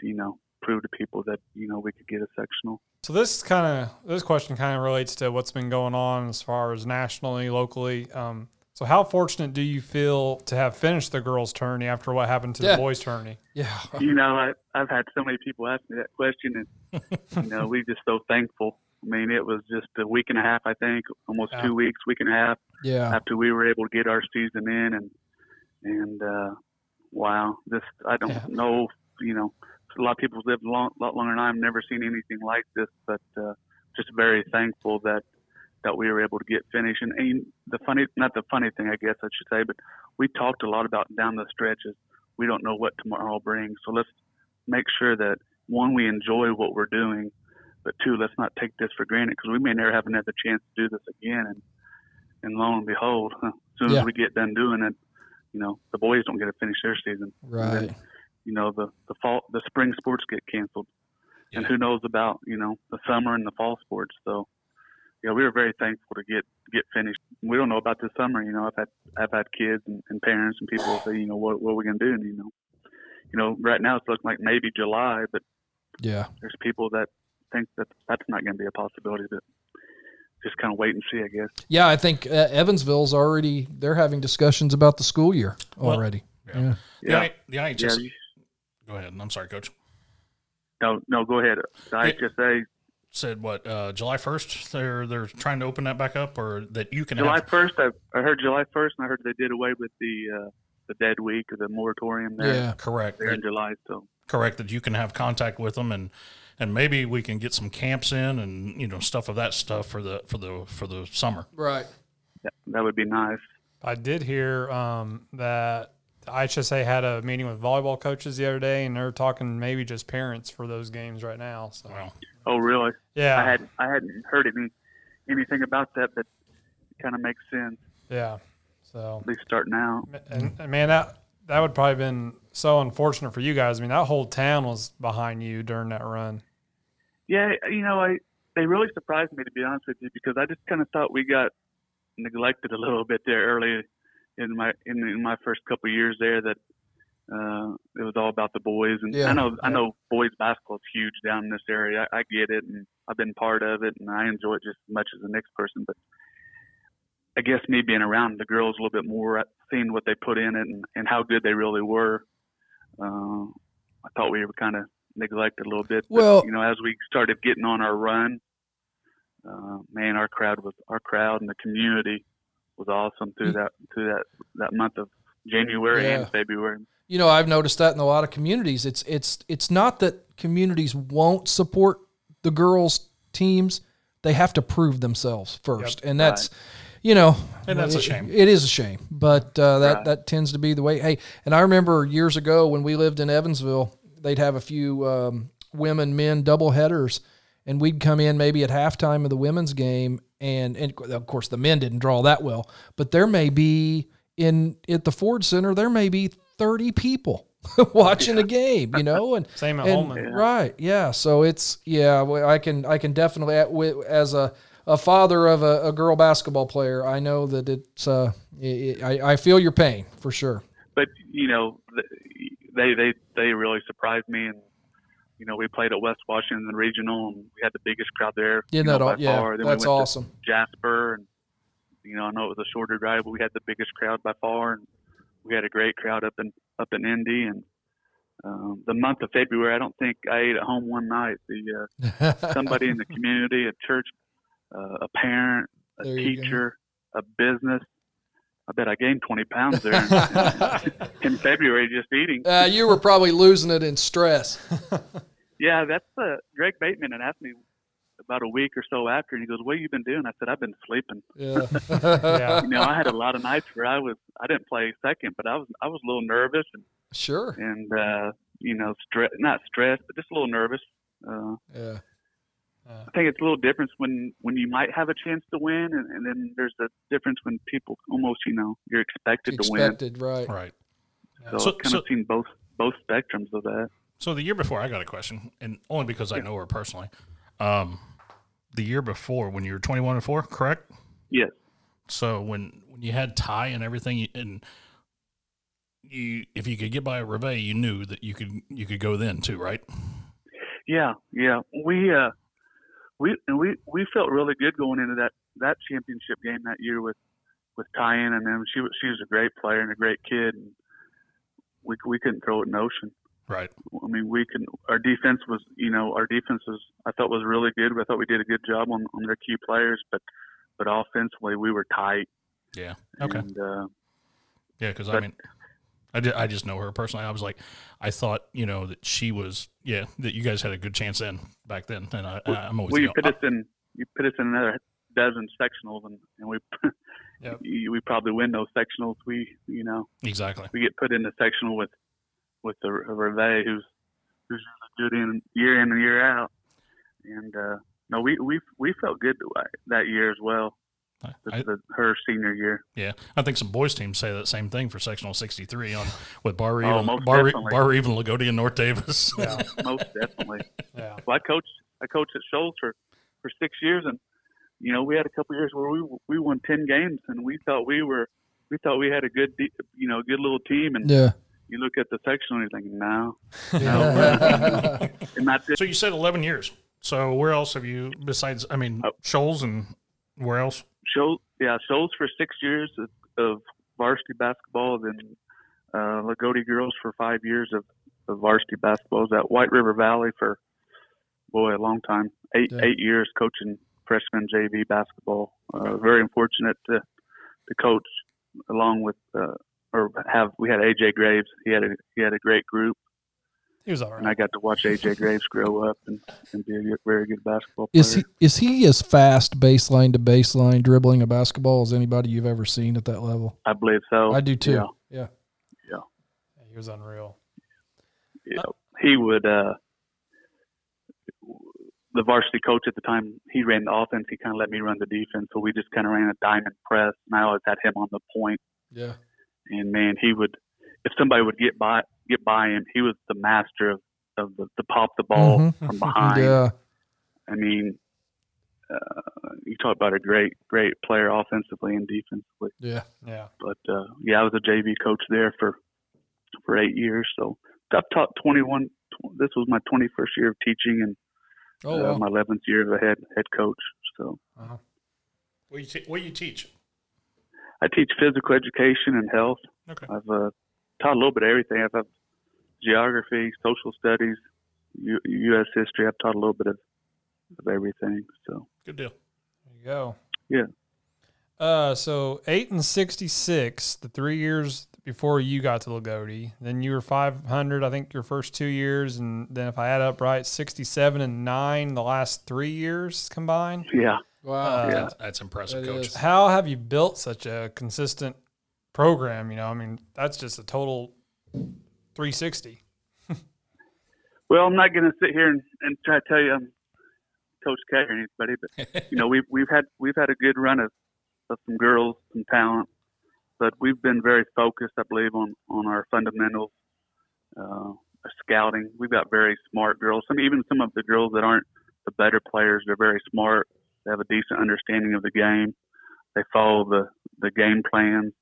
[SPEAKER 2] to you know prove to people that you know we could get a sectional.
[SPEAKER 3] So this kind of this question kind of relates to what's been going on as far as nationally, locally. Um, so how fortunate do you feel to have finished the girls' tourney after what happened to
[SPEAKER 1] Yeah.
[SPEAKER 3] the boys' tourney?
[SPEAKER 1] Yeah.
[SPEAKER 3] Uh-huh.
[SPEAKER 2] you know, I, I've had so many people ask me that question, and you know, we're just so thankful. I mean, it was just a week and a half, I think, almost
[SPEAKER 3] Yeah.
[SPEAKER 2] two weeks, week and a half
[SPEAKER 1] Yeah.
[SPEAKER 2] after we were able to get our season in, and and uh, wow, this I don't
[SPEAKER 3] Yeah.
[SPEAKER 2] know, you know, a lot of people live a long, lot longer than I. I've never seen anything like this, but uh, just very thankful that that we were able to get finished. And, and the funny, not the funny thing, I guess I should say, but we talked a lot about down the stretches. We don't know what tomorrow brings, so let's make sure that one, we enjoy what we're doing, but two, let's not take this for granted because we may never have another chance to do this again. And and lo and behold, as soon
[SPEAKER 1] Yeah.
[SPEAKER 2] as we get done doing it, you know, the boys don't get to finish their season.
[SPEAKER 1] Right.
[SPEAKER 2] You know, the the fall, the spring sports get canceled, and
[SPEAKER 4] Yeah.
[SPEAKER 2] who knows about you know the summer and the fall sports. So, yeah, we were very thankful to get get finished. We don't know about this summer. You know, I've had I've had kids and, and parents and people say, you know, what what are we gonna do? And you know, you know, right now it's looking like maybe July, but
[SPEAKER 1] Yeah.
[SPEAKER 2] there's people that think that that's not going to be a possibility, but just kind of wait and see, I guess.
[SPEAKER 1] Yeah. I think uh, Evansville's already, they're having discussions about the school year
[SPEAKER 4] Well,
[SPEAKER 1] already.
[SPEAKER 4] yeah.
[SPEAKER 1] yeah.
[SPEAKER 4] The, I, the
[SPEAKER 2] yeah.
[SPEAKER 4] IHS.
[SPEAKER 2] you-
[SPEAKER 4] Go ahead. I'm sorry, Coach.
[SPEAKER 2] No, no, go ahead. I
[SPEAKER 4] Yeah.
[SPEAKER 2] just say
[SPEAKER 4] Said what? Uh, July 1st. They're they're trying to open that back up, or that you can
[SPEAKER 2] July
[SPEAKER 4] have.
[SPEAKER 2] 1st. I, I heard July 1st, and I heard they did away with the uh, the dead week or the moratorium there,
[SPEAKER 1] Yeah.
[SPEAKER 4] Correct.
[SPEAKER 2] there
[SPEAKER 4] That-
[SPEAKER 2] in July. So,
[SPEAKER 4] correct that you can have contact with them and and maybe we can get some camps in and you know stuff of that stuff for the for the for the summer
[SPEAKER 1] Right.
[SPEAKER 2] that, that would be nice.
[SPEAKER 3] I did hear um, that the IHSA had a meeting with volleyball coaches the other day, and they're talking maybe just parents for those games right now. So
[SPEAKER 4] well
[SPEAKER 2] Oh, really?
[SPEAKER 3] yeah,
[SPEAKER 2] I had I hadn't heard any anything about that, but it kind of makes sense.
[SPEAKER 3] yeah. So
[SPEAKER 2] At least starting out.
[SPEAKER 3] and, and man, that that would probably been so unfortunate for you guys. I mean, that whole town was behind you during that run.
[SPEAKER 2] Yeah, you know, I they really surprised me to be honest with you because I just kind of thought we got neglected a little bit there early in my in, in my first couple of years there that uh, it was all about the boys and
[SPEAKER 1] Yeah,
[SPEAKER 2] I know I
[SPEAKER 3] yeah.
[SPEAKER 2] know boys basketball is huge down in this area. I, I get it and I've been part of it and I enjoy it just as much as the next person, but I guess me being around the girls a little bit more, seeing what they put in it and, and how good they really were, uh, I thought we were kind of neglected a little bit. But,
[SPEAKER 1] Well-
[SPEAKER 2] you know, as we started getting on our run, uh, man, our crowd was our crowd and the community was awesome through that through that that month of January
[SPEAKER 1] Mm. Yeah.
[SPEAKER 2] and February.
[SPEAKER 1] you know i've noticed that in a lot of communities it's it's it's not that communities won't support the girls teams they have to prove themselves first and that's you know
[SPEAKER 4] And that's a
[SPEAKER 1] it-
[SPEAKER 4] shame.
[SPEAKER 1] it is a shame but uh, that
[SPEAKER 2] Right.
[SPEAKER 1] that tends to be the way hey and i remember years ago when we lived in evansville they'd have a few um, women men double headers and we'd come in maybe at halftime of the women's game and, and of course the men didn't draw that well but there may be in at the ford center there may be 30 people watching a game you know and
[SPEAKER 3] Same at
[SPEAKER 1] and-
[SPEAKER 3] Holman.
[SPEAKER 1] right yeah so it's yeah well, i can i can definitely at- wi- as a a father of a, a girl basketball player i know that it's uh i i I feel your pain for sure
[SPEAKER 2] but you know th- they they they really surprised me and you know we played at west washington regional and we had the biggest crowd there
[SPEAKER 1] yeah
[SPEAKER 2] you know,
[SPEAKER 1] that all,
[SPEAKER 2] by
[SPEAKER 1] yeah
[SPEAKER 2] far. Then we
[SPEAKER 1] that's
[SPEAKER 2] went to
[SPEAKER 1] awesome
[SPEAKER 2] jasper and you know i know it was a shorter drive but we had the biggest crowd by far and we had a great crowd up in up in indy and um, the month of february i don't think i ate at home one night the uh, somebody in the community a church uh, a parent a
[SPEAKER 1] There you go.
[SPEAKER 2] teacher a business i bet i gained 20 pounds there in, in february just eating
[SPEAKER 1] uh, you were probably losing it in stress
[SPEAKER 2] Yeah, that's uh, Greg Bateman had asked me about a week or so after, and he goes, "What have you been doing?" I said, "I've been sleeping."
[SPEAKER 1] yeah
[SPEAKER 3] yeah,
[SPEAKER 2] You know, I had a lot of nights where I was I didn't play second, but I was I was a little nervous and
[SPEAKER 1] sure
[SPEAKER 2] and uh, you know stre- not stressed, but just a little nervous. Uh,
[SPEAKER 1] yeah
[SPEAKER 3] yeah.
[SPEAKER 2] I think it's a little difference when when you might have a chance to win, and, and then there's a difference when people almost you know you're expected,
[SPEAKER 1] expected right
[SPEAKER 4] right
[SPEAKER 2] to win. So,
[SPEAKER 4] So-
[SPEAKER 2] I've kind
[SPEAKER 4] so-
[SPEAKER 2] of seen both both spectrums of that.
[SPEAKER 4] so the year before i got a question and only because i know her personally um the year before when you were 21 and 4 correct
[SPEAKER 2] Yes.
[SPEAKER 4] so when when you had tie and everything you- and you if you could get by a reveille you knew that you could you could go then too right
[SPEAKER 2] Yeah, yeah. We uh, we and we we felt really good going into that that championship game that year with with Tyen and them. She was she was a great player and a great kid. And we we couldn't throw it in the ocean.
[SPEAKER 4] right
[SPEAKER 2] I mean, we can. Our defense was, you know, our defense was. I thought was really good. I thought we did a good job on on their key players, but but offensively we were tight.
[SPEAKER 4] yeah okay
[SPEAKER 2] And, uh,
[SPEAKER 4] yeah because i
[SPEAKER 2] But-
[SPEAKER 4] mean I ju- I just know her personally. I was like, I thought you know that she was yeah that you guys had a good chance in back then, and I, I I'm always
[SPEAKER 2] Well, you
[SPEAKER 4] the-
[SPEAKER 2] put us in, you put us in another dozen sectionals, and, and we
[SPEAKER 3] Yep.
[SPEAKER 2] you- we probably win those sectionals. We you know
[SPEAKER 4] exactly
[SPEAKER 2] we get put in the sectional with with the a Reve who's who's really good in year in and year out, and uh, no, we we we felt good that year as well.
[SPEAKER 4] I-
[SPEAKER 2] The,
[SPEAKER 4] I-
[SPEAKER 2] the, her senior year.
[SPEAKER 4] yeah I think some boys teams say that same thing for sectional 63 on with Bar
[SPEAKER 2] Oh,
[SPEAKER 4] even
[SPEAKER 2] most
[SPEAKER 4] Bar,
[SPEAKER 2] definitely.
[SPEAKER 4] Bar even Lagodia and North Davis
[SPEAKER 3] Yeah.
[SPEAKER 2] most definitely.
[SPEAKER 3] Yeah.
[SPEAKER 2] Well, I coached I coached at Shoals for for six years, and you know we had a couple years where we we won ten games, and we thought we were we thought we had a good de- you know good little team, and
[SPEAKER 1] Yeah.
[SPEAKER 2] you look at the section and you think no,
[SPEAKER 1] Yeah.
[SPEAKER 2] and not this.
[SPEAKER 4] so you said 11 years so where else have you besides I mean
[SPEAKER 2] Oh.
[SPEAKER 4] Shoals and where else
[SPEAKER 2] Shoals, yeah, Shoals for six years of, of varsity basketball, then uh, Lagodi girls for five years of, of varsity basketball. I was at White River Valley for boy a long time, eight
[SPEAKER 1] Yeah.
[SPEAKER 2] eight years coaching freshman JV basketball. Uh, very unfortunate to to coach along with uh, or have we had AJ Graves. He had a he had a great group,
[SPEAKER 3] He was all
[SPEAKER 2] and I
[SPEAKER 3] right.
[SPEAKER 2] got to watch AJ Graves grow up and, and be a very good basketball player.
[SPEAKER 1] Is he is he as fast baseline to baseline dribbling a basketball as anybody you've ever seen at that level?
[SPEAKER 2] I believe so.
[SPEAKER 1] I do too.
[SPEAKER 2] Oh, yeah.
[SPEAKER 1] Yeah.
[SPEAKER 3] He was unreal.
[SPEAKER 2] you know, he would uh the varsity coach at the time he ran the offense he kind of let me run the defense so we just kind of ran a diamond press and i always had him on the point
[SPEAKER 1] Yeah.
[SPEAKER 2] and man he would if somebody would get by get by him he was the master of of the, the pop the ball
[SPEAKER 1] Mhm.
[SPEAKER 2] from behind
[SPEAKER 1] Yeah.
[SPEAKER 2] i mean uh, you talk about a great great player offensively and defensively
[SPEAKER 1] Yeah.
[SPEAKER 3] Yeah.
[SPEAKER 2] but uh, yeah, I was a JV coach there for for eight years. So I've taught 21. tw- This was my 21st year of teaching and
[SPEAKER 1] Oh,
[SPEAKER 2] uh,
[SPEAKER 1] wow.
[SPEAKER 2] my 11th year as a head head coach. So
[SPEAKER 3] Wow.
[SPEAKER 4] what you te- what you teach
[SPEAKER 2] I teach physical education and health.
[SPEAKER 4] Okay.
[SPEAKER 2] I've uh, taught a little bit of everything. I've, I've geography, social studies, U- U.S. history. I've taught a little bit of of everything. So
[SPEAKER 4] good deal
[SPEAKER 3] There you go.
[SPEAKER 2] Yeah.
[SPEAKER 3] Uh, so eight and sixty-six, the three years before you got to Lagodi. Then you were five hundred, I think, your first two years, and then if I add up right, sixty-seven and nine, the last three years combined.
[SPEAKER 2] yeah,
[SPEAKER 4] Oh,
[SPEAKER 1] Wow.
[SPEAKER 3] Yeah.
[SPEAKER 4] that's, that's impressive
[SPEAKER 1] That
[SPEAKER 4] coach
[SPEAKER 1] is.
[SPEAKER 3] How have you built such a consistent program? You know, I mean, that's just a total three sixty.
[SPEAKER 2] Well, I'm not going to sit here and, and try to tell you I'm Coach K or anybody, but you know we've we've had we've had a good run of, of some girls, some talent, but we've been very focused, I believe, on on our fundamentals, uh, our scouting. We've got very smart girls. Some even some of the girls that aren't the better players, they're very smart. They have a decent understanding of the game. They follow the the game plan,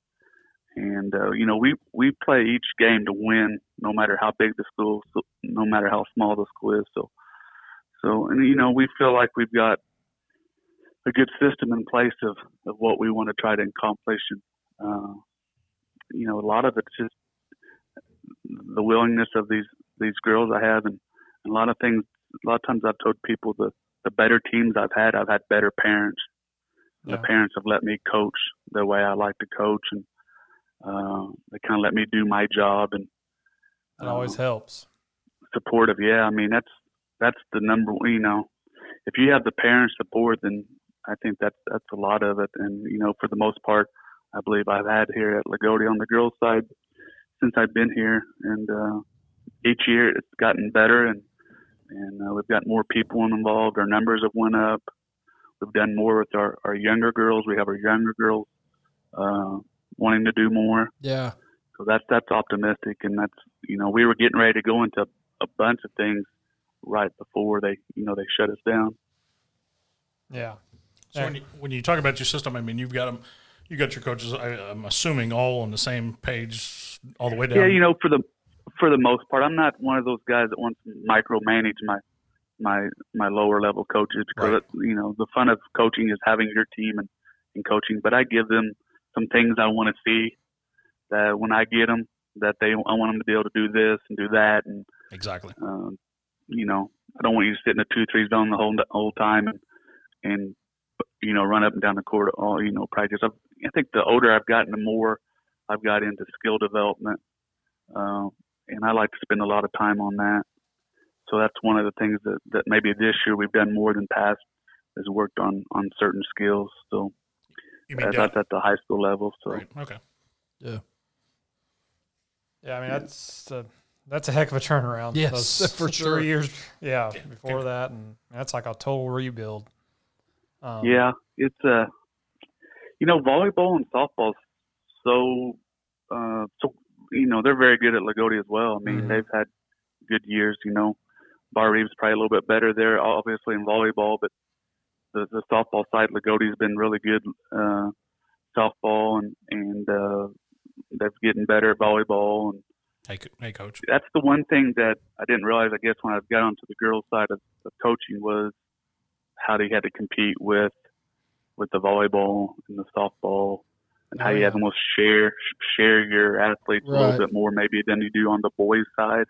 [SPEAKER 2] and uh, you know we we play each game to win, no matter how big the school, so, no matter how small the school is. So, so and you know we feel like we've got a good system in place of of what we want to try to accomplish. And, uh, you know, a lot of it's just the willingness of these these girls I have, and, and a lot of things. A lot of times I've told people the the better teams I've had, I've had better parents the
[SPEAKER 3] Yeah.
[SPEAKER 2] parents have let me coach the way I like to coach, and uh, they kind of let me do my job and
[SPEAKER 3] It always
[SPEAKER 2] uh,
[SPEAKER 3] helps.
[SPEAKER 2] supportive. Yeah, I mean that's that's the number one. You know, if you have the parents support, then I think that's that's a lot of it. And you know, for the most part, I believe I've had here at Lagodi on the girls' side since I've been here, and uh, each year it's gotten better, and and uh, we've got more people involved. Our numbers have went up. We've done more with our, our younger girls. We have our younger girls uh, wanting to do more.
[SPEAKER 1] Yeah.
[SPEAKER 2] So that's that's optimistic, and that's you know we were getting ready to go into a bunch of things right before they you know they shut us down.
[SPEAKER 3] Yeah.
[SPEAKER 4] So when you, when you talk about your system, I mean, you've got them, you got your coaches. I, I'm assuming all on the same page all the way down.
[SPEAKER 2] Yeah, you know for the for the most part, I'm not one of those guys that wants to micromanage my my my lower level coaches because
[SPEAKER 4] Right.
[SPEAKER 2] you know the fun of coaching is having your team and, and coaching. But I give them some things I want to see that when I get them that they I want them to be able to do this and do that and
[SPEAKER 4] exactly.
[SPEAKER 2] um, you know, I don't want you to sit in a two three zone the whole whole time and and you know run up and down the court all you know practice. I've, I think the older I've gotten, the more I've got into skill development uh, and I like to spend a lot of time on that. So that's one of the things that, that maybe this year we've done more than past is worked on on certain skills. So
[SPEAKER 4] You mean
[SPEAKER 2] that's
[SPEAKER 4] down,
[SPEAKER 2] at the high school level. So
[SPEAKER 4] right? Okay.
[SPEAKER 3] Yeah, I mean that's uh, that's a heck of a turnaround.
[SPEAKER 1] Yes, for
[SPEAKER 3] three
[SPEAKER 1] sure.
[SPEAKER 3] years. Yeah, before
[SPEAKER 4] okay.
[SPEAKER 3] that, and that's like a total rebuild. Um,
[SPEAKER 2] Yeah, it's uh, you know, volleyball and softball, so uh, so you know they're very good at Lagodi as well. I mean,
[SPEAKER 3] Mhm.
[SPEAKER 2] they've had good years. You know, Bar Reeves probably a little bit better there, obviously in volleyball, but the the softball side, Lagodi's been really good uh, softball, and and uh, they're getting better at volleyball, and
[SPEAKER 4] Hey, co- hey, coach.
[SPEAKER 2] that's the one thing that I didn't realize. I guess when I got onto the girls' side of, of coaching was how they had to compete with with the volleyball and the softball, and how
[SPEAKER 1] Oh,
[SPEAKER 2] you
[SPEAKER 1] yeah.
[SPEAKER 2] had to almost share share your athletes a
[SPEAKER 1] Right.
[SPEAKER 2] little bit more maybe than you do on the boys' side.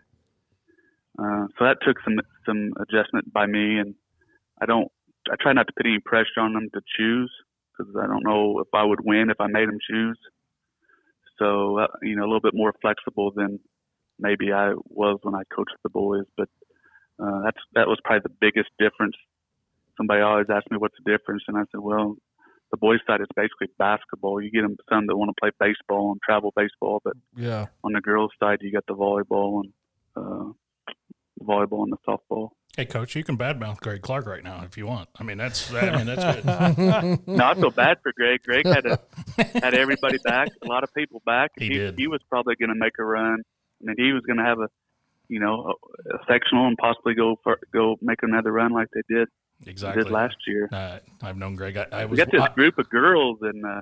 [SPEAKER 2] Uh, so that took some some adjustment by me, and I don't. I try not to put any pressure on them to choose because I don't know if I would win if I made them choose. So uh, you know, a little bit more flexible than maybe I was when I coached the boys. But uh, that's that was probably the biggest difference. Somebody always asked me what's the difference, and I said, well, the boys' side is basically basketball. You get them some that want to play baseball and travel baseball, but
[SPEAKER 1] Yeah.
[SPEAKER 2] on the girls' side, you got the volleyball and uh, volleyball and the softball.
[SPEAKER 4] Hey, coach. You can badmouth Greg Clark right now if you want. I mean, that's that, I mean that's good.
[SPEAKER 1] Hmm.
[SPEAKER 2] No, I feel bad for Greg. Greg had a, had everybody back, a lot of people back.
[SPEAKER 4] He did.
[SPEAKER 2] he was probably going to make a run, and then he was going to have a, you know, a, a sectional and possibly go for, go make another run like they did
[SPEAKER 4] Exactly.
[SPEAKER 2] did last year.
[SPEAKER 4] Uh, I've known Greg. I, I
[SPEAKER 2] We
[SPEAKER 4] was.
[SPEAKER 2] got this
[SPEAKER 4] I-
[SPEAKER 2] group of girls, and uh,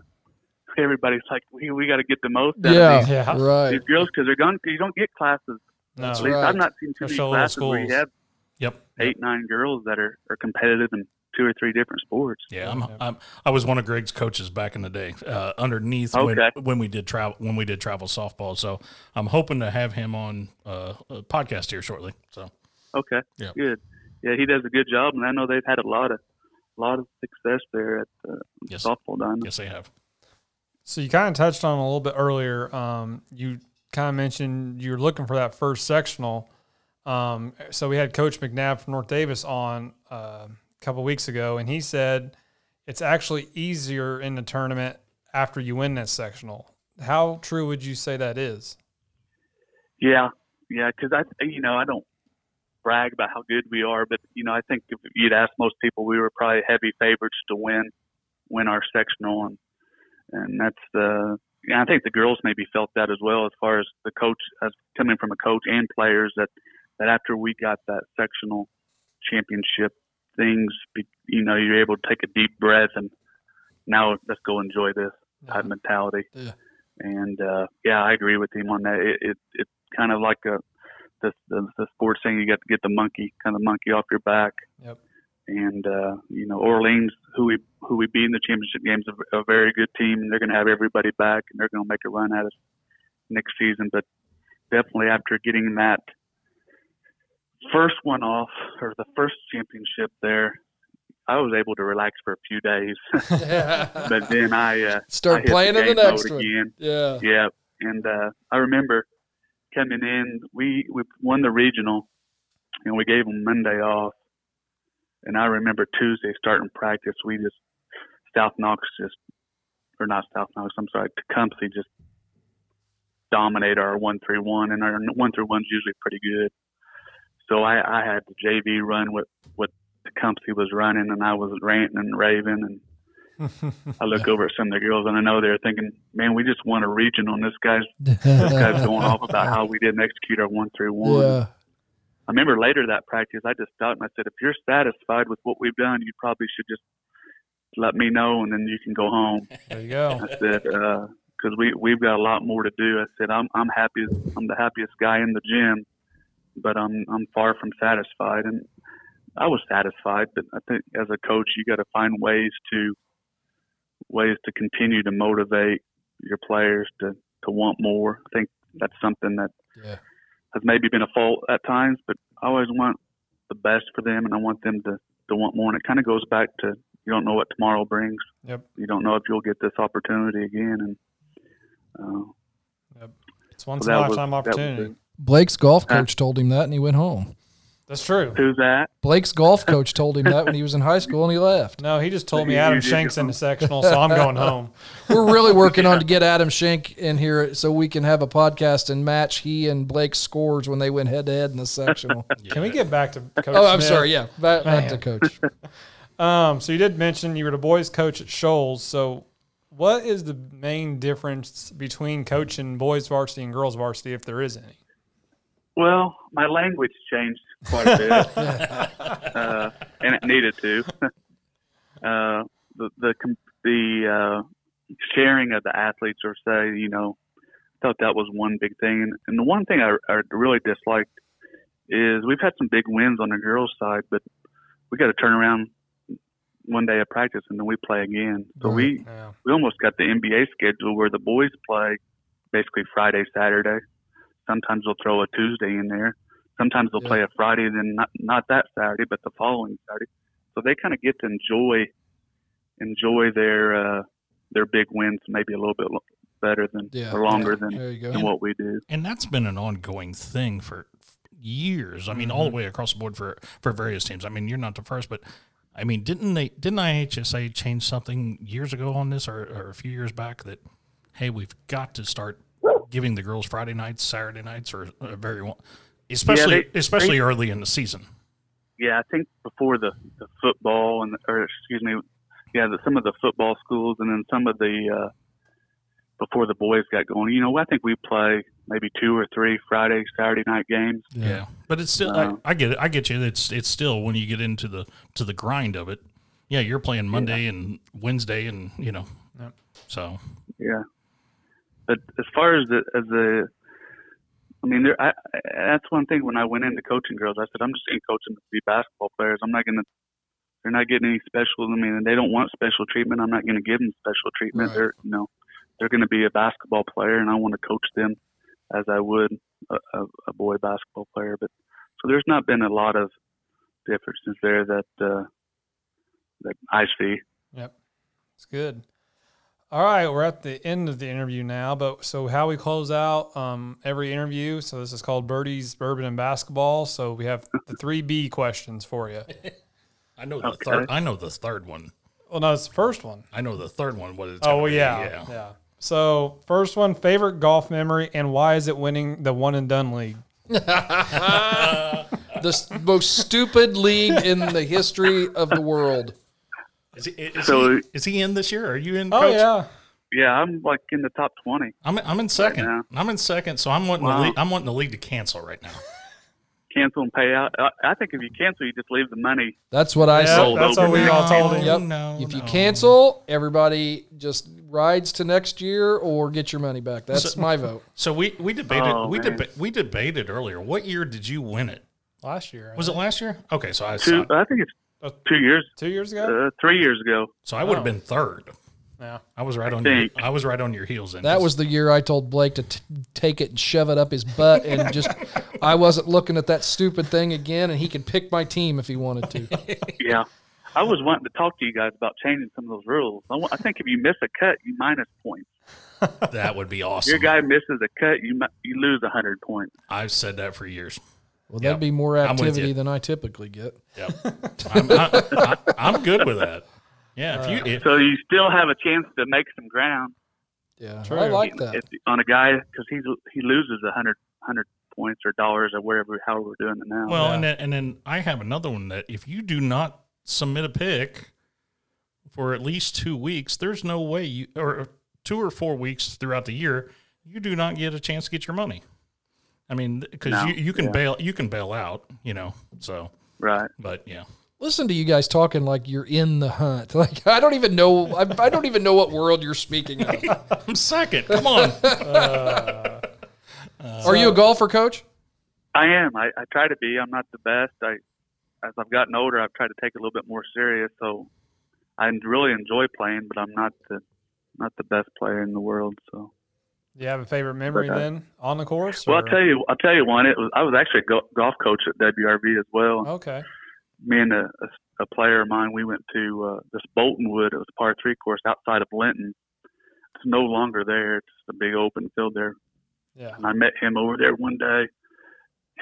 [SPEAKER 2] everybody's like, we we got to get the most out of
[SPEAKER 1] Yeah.
[SPEAKER 3] Yeah.
[SPEAKER 2] these,
[SPEAKER 1] Right.
[SPEAKER 2] these girls because they're gone. You don't get classes.
[SPEAKER 3] No,
[SPEAKER 2] At
[SPEAKER 1] That's
[SPEAKER 2] least
[SPEAKER 1] right.
[SPEAKER 2] I've not seen too
[SPEAKER 3] They're
[SPEAKER 2] many
[SPEAKER 3] still little
[SPEAKER 2] classes where you
[SPEAKER 3] schools.
[SPEAKER 2] have
[SPEAKER 4] yep.
[SPEAKER 2] eight, nine girls that are, are competitive in two or three different sports.
[SPEAKER 4] Yeah, I'm, I'm, I was one of Greg's coaches back in the day, uh, underneath
[SPEAKER 2] Okay.
[SPEAKER 4] when, when we did travel when we did travel softball. So I'm hoping to have him on uh, a podcast here shortly. So
[SPEAKER 2] Okay.
[SPEAKER 4] Yeah.
[SPEAKER 2] Good. Yeah, he does a good job, and I know they've had a lot of lot of success there at the
[SPEAKER 4] yes,
[SPEAKER 2] softball diamond.
[SPEAKER 4] yes, they have.
[SPEAKER 3] So you kind of touched on it a little bit earlier. Um, you kind of mentioned you're looking for that first sectional. Um, so we had Coach McNabb from North Davis on uh, a couple weeks ago, and he said it's actually easier in the tournament after you win that sectional. How true would you say that is?
[SPEAKER 2] Yeah, yeah, because I, you know, I don't brag about how good we are, but you know, I think if you'd ask most people, we were probably heavy favorites to win win our sectional, and and that's the. And I think the girls maybe felt that as well, as far as the coach, as coming from a coach and players, that that after we got that sectional championship, things, be, you know, you're able to take a deep breath and now let's go enjoy this type mentality.
[SPEAKER 1] Yeah.
[SPEAKER 2] And uh, yeah, I agree with him on that. It, it it's kind of like a the, the the sports thing. You got to get the monkey kind of monkey off your back.
[SPEAKER 3] Yep.
[SPEAKER 2] And uh, you know Orleans, who we who we beat in the championship games, a, a very good team, and they're going to have everybody back, and they're going to make a run at us next season. But definitely after getting that first one off or the first championship there, I was able to relax for a few days. but then I uh, I
[SPEAKER 1] Start
[SPEAKER 2] hit the
[SPEAKER 1] playing in the
[SPEAKER 2] game mode
[SPEAKER 1] next one.
[SPEAKER 2] again.
[SPEAKER 1] Yeah.
[SPEAKER 2] Yeah, and uh, I remember coming in. We we won the regional, and we gave them Monday off. And I remember Tuesday starting practice. We just South Knox just, or not South Knox. I'm sorry, Tecumseh just dominate our one three one, and our one three one's usually pretty good. So I, I had the JV run what what Tecumseh was running, and I was ranting and raving and I look over at some of the girls and I know they're thinking, man, we just won a region on this guy's, this guy's going off about how we didn't execute our one through one.
[SPEAKER 1] Yeah.
[SPEAKER 2] I remember later that practice, I just stopped and I said, if you're satisfied with what we've done, you probably should just let me know and then you can go home.
[SPEAKER 3] there you go.
[SPEAKER 2] I said, because we we've got a lot more to do. I said, I'm I'm happy. I'm the happiest guy in the gym, but I'm I'm far from satisfied. And I was satisfied, but I think as a coach, you got to find ways to ways to continue to motivate your players to to want more. I think that's something that
[SPEAKER 1] Yeah.
[SPEAKER 2] has maybe been a fault at times, but I always want the best for them, and I want them to to want more. And it kind of goes back to you don't know what tomorrow brings
[SPEAKER 3] Yep.
[SPEAKER 2] you don't know if you'll get this opportunity again. And uh,
[SPEAKER 3] Yep. It's once
[SPEAKER 2] So
[SPEAKER 3] in a
[SPEAKER 2] that was-
[SPEAKER 3] lifetime
[SPEAKER 2] that was
[SPEAKER 3] opportunity.
[SPEAKER 2] it.
[SPEAKER 1] Blake's golf
[SPEAKER 2] Huh?
[SPEAKER 1] coach told him that and he went home.
[SPEAKER 3] That's true.
[SPEAKER 2] Who's that?
[SPEAKER 1] Blake's golf coach told him that when he was in high school and he left.
[SPEAKER 3] No, he just told me
[SPEAKER 2] You-
[SPEAKER 3] Adam
[SPEAKER 2] you did
[SPEAKER 3] Shanks
[SPEAKER 2] your
[SPEAKER 3] in the sectional, so I'm going home.
[SPEAKER 1] We're really working on to get Adam Schenk in here so we can have a podcast and match he and Blake's scores when they went head to head in the sectional.
[SPEAKER 3] Can we get back to Coach
[SPEAKER 1] oh, I'm
[SPEAKER 3] Smith?
[SPEAKER 1] sorry. Yeah, back, back to
[SPEAKER 3] Man.
[SPEAKER 1] coach.
[SPEAKER 3] Um, so you did mention you were the boys coach at Shoals. So what is the main difference between coaching boys varsity and girls varsity, if there is any?
[SPEAKER 2] Well, my language changed quite a bit, uh, and it needed to. uh, the the com- the uh, sharing of the athletes, or say, you know, I thought that was one big thing. And, and the one thing I, I really disliked is we've had some big wins on the girls' side, but we got to turn around one day of practice and then we play again. So we
[SPEAKER 3] Yeah.
[SPEAKER 2] we almost got the NBA schedule where the boys play basically Friday, Saturday. Sometimes they'll throw a Tuesday in there. Sometimes they'll
[SPEAKER 1] Yeah.
[SPEAKER 2] play a Friday, then not not that Saturday, but the following Saturday. So they kind of get to enjoy enjoy their uh, their big wins maybe a little bit lo- better than
[SPEAKER 1] Yeah.
[SPEAKER 2] or longer than,
[SPEAKER 1] There you
[SPEAKER 2] than
[SPEAKER 1] go.
[SPEAKER 2] what we do.
[SPEAKER 4] and that's been an ongoing thing for years. I mean, all the way across the board for for various teams. I mean, you're not the first, but I mean, didn't they? Didn't IHSA change something years ago on this, or, or a few years back? That hey, we've got to start giving the girls Friday nights, Saturday nights, or uh, very one, especially
[SPEAKER 2] they-
[SPEAKER 4] especially early in the season.
[SPEAKER 2] Yeah, I think before the, the football and or excuse me, yeah, the, some of the football schools and then some of the uh, before the boys got going. You know, I think we play maybe two or three Friday, Saturday night games.
[SPEAKER 4] Yeah. but it's still.
[SPEAKER 2] Wow.
[SPEAKER 4] I, I get it. I get you. It's it's still when you get into the to the grind of it. Yeah, you're playing Monday and Wednesday, and you know,
[SPEAKER 3] Yep.
[SPEAKER 4] so
[SPEAKER 2] Yeah, but as far as the as the, I mean, there, I, I- that's one thing. When I went into coaching girls, I said I'm just going to coach them to be basketball players. I'm not going to. They're not getting any special. I mean, and they don't want special treatment. I'm not going to give them special treatment.
[SPEAKER 1] Right.
[SPEAKER 2] They're you know, they're going to be a basketball player, and I want to coach them as I would a, a, a boy basketball player. But so there's not been a lot of differences there that uh, that I see.
[SPEAKER 3] Yep. It's good. All right, we're at the end of the interview now, but so how we close out um, every interview. So this is called Birdie's Bourbon and Basketball. So we have the three B questions for you.
[SPEAKER 4] I know the
[SPEAKER 2] Okay.
[SPEAKER 4] third. I know the third one.
[SPEAKER 3] Well, no, it's the first one.
[SPEAKER 4] I know the third one. What it's
[SPEAKER 3] Oh
[SPEAKER 4] gonna
[SPEAKER 3] well,
[SPEAKER 4] be,
[SPEAKER 3] yeah, yeah, So first one, favorite golf memory, and why is it winning the one and done league?
[SPEAKER 1] The s- most stupid league in the history of the world.
[SPEAKER 4] Is he, is,
[SPEAKER 2] So-
[SPEAKER 4] he, is he in this year? Are you in?
[SPEAKER 3] Oh
[SPEAKER 4] coach?
[SPEAKER 3] yeah,
[SPEAKER 2] Yeah, I'm like in the top twenty.
[SPEAKER 4] I'm I'm in second.
[SPEAKER 2] Right
[SPEAKER 4] I'm in second. So I'm wanting
[SPEAKER 2] Wow.
[SPEAKER 4] the league, I'm wanting the league to cancel right now.
[SPEAKER 2] cancel and pay out. I, I think if you cancel, you just leave the money.
[SPEAKER 1] That's what I
[SPEAKER 3] Yeah,
[SPEAKER 1] said.
[SPEAKER 3] that's what we all told him.
[SPEAKER 4] No,
[SPEAKER 1] Yep.
[SPEAKER 4] no,
[SPEAKER 1] if you
[SPEAKER 4] no.
[SPEAKER 1] cancel, everybody just rides to next year or get your money back. That's
[SPEAKER 4] So-
[SPEAKER 1] my vote.
[SPEAKER 4] So we we debated
[SPEAKER 2] Oh,
[SPEAKER 4] we
[SPEAKER 2] man.
[SPEAKER 4] deba- we debated earlier. What year did you win it?
[SPEAKER 3] last year I
[SPEAKER 4] Was it
[SPEAKER 3] think.
[SPEAKER 4] last year? Okay, so I
[SPEAKER 2] Two,
[SPEAKER 4] saw,
[SPEAKER 2] I think it's two years,
[SPEAKER 3] two years ago?
[SPEAKER 2] uh, three years ago.
[SPEAKER 4] so I would
[SPEAKER 3] Oh.
[SPEAKER 4] have been third.
[SPEAKER 3] Yeah.
[SPEAKER 4] I was right on your,
[SPEAKER 2] think.
[SPEAKER 4] I was right on your heels. In
[SPEAKER 1] That was the year I told Blake to t- take it and shove it up his butt and just I wasn't looking at that stupid thing again and he could pick my team if he wanted to.
[SPEAKER 2] Yeah, I was wanting to talk to you guys about changing some of those rules. I, want, I think if you miss a cut, you minus points.
[SPEAKER 4] that would be awesome.
[SPEAKER 2] Your guy misses a cut, you mi- you lose a hundred points.
[SPEAKER 4] I've said that for years.
[SPEAKER 1] Well,
[SPEAKER 4] Yep.
[SPEAKER 1] that'd be more
[SPEAKER 4] I'm with
[SPEAKER 1] activity
[SPEAKER 4] you.
[SPEAKER 1] than I typically get.
[SPEAKER 4] Yep. I'm, I, I, I'm good with that. Yeah. If you if,
[SPEAKER 2] So you still have a chance to make some ground
[SPEAKER 1] Yeah,
[SPEAKER 3] True.
[SPEAKER 1] I like that.
[SPEAKER 2] if, on a guy because he's he loses a hundred hundred points or dollars or whatever how we're doing it now.
[SPEAKER 4] Well,
[SPEAKER 3] Yeah.
[SPEAKER 4] and then, and then I have another one that if you do not submit a pick for at least two weeks, there's no way you or two or four weeks throughout the year you do not get a chance to get your money. I mean, because
[SPEAKER 2] No,
[SPEAKER 4] you, you can
[SPEAKER 2] yeah.
[SPEAKER 4] bail you can bail out, you know. So,
[SPEAKER 2] right.
[SPEAKER 4] but yeah,
[SPEAKER 1] Listen to you guys talking like you're in the hunt. Like I don't even know. I, I don't even know what world you're speaking of.
[SPEAKER 4] I'm second. Come on,
[SPEAKER 1] Are you a golfer, coach?
[SPEAKER 2] I am. I, I try to be. I'm not the best. I, as I've gotten older, I've tried to take it a little bit more serious. So, I really enjoy playing, but I'm not the, not the best player in the world. So,
[SPEAKER 3] Do you have a favorite memory
[SPEAKER 2] Okay.
[SPEAKER 3] then on the course?
[SPEAKER 2] well,
[SPEAKER 3] or-
[SPEAKER 2] I'll tell you. I'll tell you one. It was. I was actually a go- golf coach at WRB as well.
[SPEAKER 3] Okay.
[SPEAKER 2] Me and a, a, a player of mine, we went to uh, this Boltonwood. It was a par three course outside of Linton. It's no longer there. It's just a big open field there.
[SPEAKER 3] Yeah.
[SPEAKER 2] And I met him over there one day.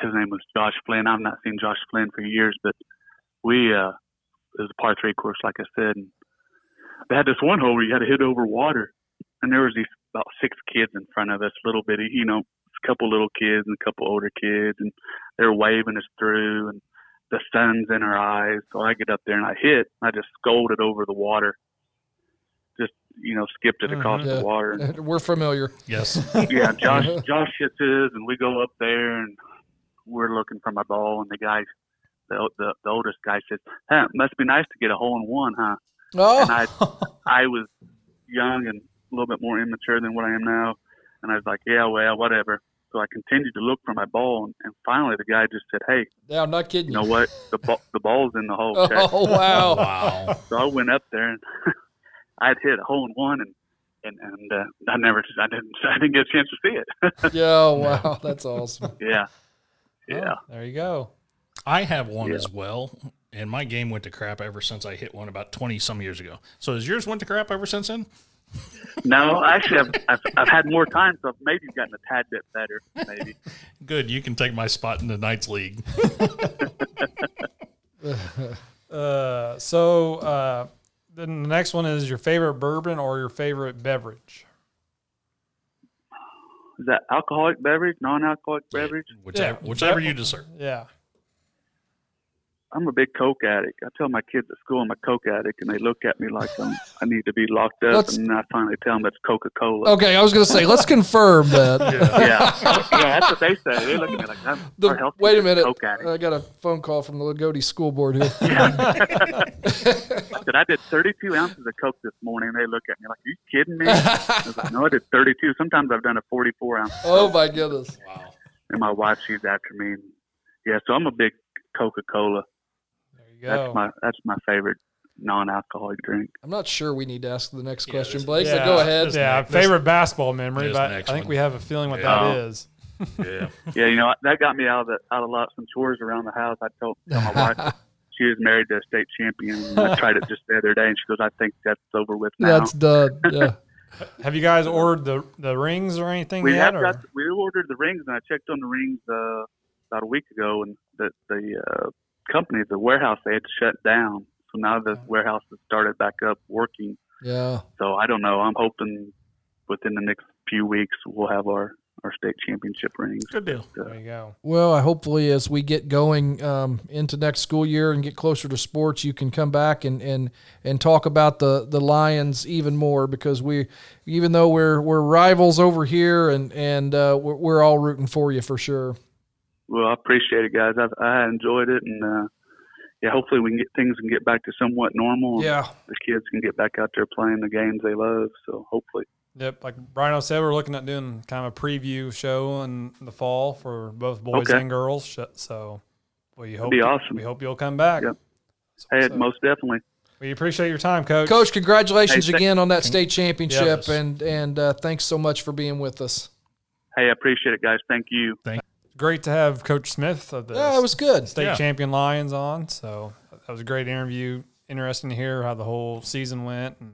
[SPEAKER 2] His name was Josh Flynn. I've not seen Josh Flynn for years, but we uh it was a par three course, like I said, and they had this one hole where you had to hit over water, and there was these about six kids in front of us, little bitty, you know, a couple little kids and a couple older kids, and they're waving us through, and the sun's in our eyes. So I get up there and I hit, and I just scolded over the water, just you know, skipped it across
[SPEAKER 1] Mhm. Yeah.
[SPEAKER 2] the water, and
[SPEAKER 1] We're familiar.
[SPEAKER 4] Yes.
[SPEAKER 2] yeah, Josh Josh hits his, and we go up there, and we're looking for my ball, and the guy, the the, the oldest guy says, "Huh, must be nice to get a hole in one, huh?" And
[SPEAKER 1] Oh,
[SPEAKER 2] I I was young and a little bit more immature than what I am now, and I was like, "Yeah, well, whatever." So I continued to look for my ball, and, and finally the guy just said, "Hey,
[SPEAKER 1] yeah, I'm not kidding
[SPEAKER 2] you
[SPEAKER 1] you.
[SPEAKER 2] know what? The ball the ball's in the hole." Check.
[SPEAKER 1] Oh, wow.
[SPEAKER 4] wow.
[SPEAKER 2] So I went up there and I'd hit a hole in one, and and, and uh, I never I didn't I didn't get a chance to see it.
[SPEAKER 1] yeah, oh, wow. That's awesome.
[SPEAKER 2] Yeah,
[SPEAKER 3] Oh,
[SPEAKER 2] yeah.
[SPEAKER 3] there you go.
[SPEAKER 4] I have one
[SPEAKER 2] Yeah.
[SPEAKER 4] as well, and my game went to crap ever since I hit one about twenty some years ago. So has yours went to crap ever since then?
[SPEAKER 2] No, actually, I've, I've, I've had more time, so I've maybe gotten a tad bit better. Maybe.
[SPEAKER 4] Good, you can take my spot in the Knights League.
[SPEAKER 3] Uh, so uh, then the next one is your favorite bourbon or your favorite beverage.
[SPEAKER 2] Is that alcoholic beverage, non-alcoholic beverage?
[SPEAKER 4] Whichever,
[SPEAKER 3] Yeah.
[SPEAKER 4] whichever you deserve.
[SPEAKER 3] Yeah.
[SPEAKER 2] I'm a big Coke addict. I tell my kids at school I'm a Coke addict, and they look at me like i I need to be locked up,
[SPEAKER 1] Let's-
[SPEAKER 2] and I finally tell them it's Coca-Cola.
[SPEAKER 1] Okay, I was going to say, let's confirm that.
[SPEAKER 2] Yeah, yeah, that's what they say. They're looking at me like I'm
[SPEAKER 1] Oh. The-
[SPEAKER 2] our health
[SPEAKER 1] wait a
[SPEAKER 2] food is
[SPEAKER 1] minute.
[SPEAKER 2] Coke addict.
[SPEAKER 1] I got a phone call from the Lagodi School Board here.
[SPEAKER 2] I said I did 32 ounces of Coke this morning. They look at me like, "Are you kidding me?" I was like, "No, I did 32. Sometimes I've done a 44 ounce."
[SPEAKER 1] oh, my goodness.
[SPEAKER 4] Wow.
[SPEAKER 2] and my wife she's after me. Yeah, so I'm a big Coca-Cola.
[SPEAKER 3] There you
[SPEAKER 2] That's
[SPEAKER 3] go.
[SPEAKER 2] my that's my favorite non-alcoholic drink.
[SPEAKER 1] I'm not sure we need to ask the next
[SPEAKER 4] Yeah,
[SPEAKER 1] question,
[SPEAKER 4] this-
[SPEAKER 1] Blake.
[SPEAKER 3] yeah,
[SPEAKER 1] so go ahead.
[SPEAKER 4] this-
[SPEAKER 3] yeah,
[SPEAKER 4] next- this-
[SPEAKER 3] favorite basketball memory,
[SPEAKER 4] this
[SPEAKER 3] but I
[SPEAKER 4] next
[SPEAKER 3] think
[SPEAKER 4] one.
[SPEAKER 3] we have a feeling what
[SPEAKER 2] Yeah.
[SPEAKER 3] that is.
[SPEAKER 4] Yeah.
[SPEAKER 2] Yeah, you know that got me out of the out of lots some chores around the house. I told, told my wife she was married to a state champion. And I tried it just the other day, and she goes, "I think that's over with now."
[SPEAKER 1] That's done. Yeah.
[SPEAKER 3] Have you guys ordered the the rings or anything
[SPEAKER 2] we
[SPEAKER 3] yet?
[SPEAKER 2] have
[SPEAKER 3] or?
[SPEAKER 2] got we ordered the rings, and I checked on the rings uh, about a week ago, and the the uh, company, the warehouse, they had to shut down. So now the warehouse has started back up working.
[SPEAKER 1] Yeah.
[SPEAKER 2] So I don't know. I'm hoping within the next few weeks we'll have our our state championship rings.
[SPEAKER 4] Good deal.
[SPEAKER 3] there you go.
[SPEAKER 1] Well, I hopefully as we get going um, into next school year and get closer to sports, you can come back and and, and talk about the, the Lions even more because we, even though we're we're rivals over here and and uh, we're, we're all rooting for you for sure.
[SPEAKER 2] Well, I appreciate it, guys. I've, I enjoyed it, and uh, yeah, hopefully we can get things can get back to somewhat normal. and
[SPEAKER 1] Yeah.
[SPEAKER 2] the kids can get back out there playing the games they love. So hopefully,
[SPEAKER 3] Yep, like Brian said, we're looking at doing kind of a preview show in the fall for both boys
[SPEAKER 2] Okay.
[SPEAKER 3] and girls. sh- So we hope
[SPEAKER 2] be awesome.
[SPEAKER 3] We hope you'll come back.
[SPEAKER 2] Yep. hey,
[SPEAKER 3] So-
[SPEAKER 2] most definitely.
[SPEAKER 3] We appreciate your time, Coach.
[SPEAKER 1] Coach, congratulations
[SPEAKER 2] Hey, thank-
[SPEAKER 1] again on that state championship,
[SPEAKER 4] Yeah.
[SPEAKER 1] and and uh, thanks so much for being with us.
[SPEAKER 2] Hey, I appreciate it, guys. Thank you.
[SPEAKER 3] great to have Coach Smith of the
[SPEAKER 1] Yeah, it was good.
[SPEAKER 3] state
[SPEAKER 4] Yeah.
[SPEAKER 3] champion Lions on. So that was a great interview. Interesting to hear how the whole season went and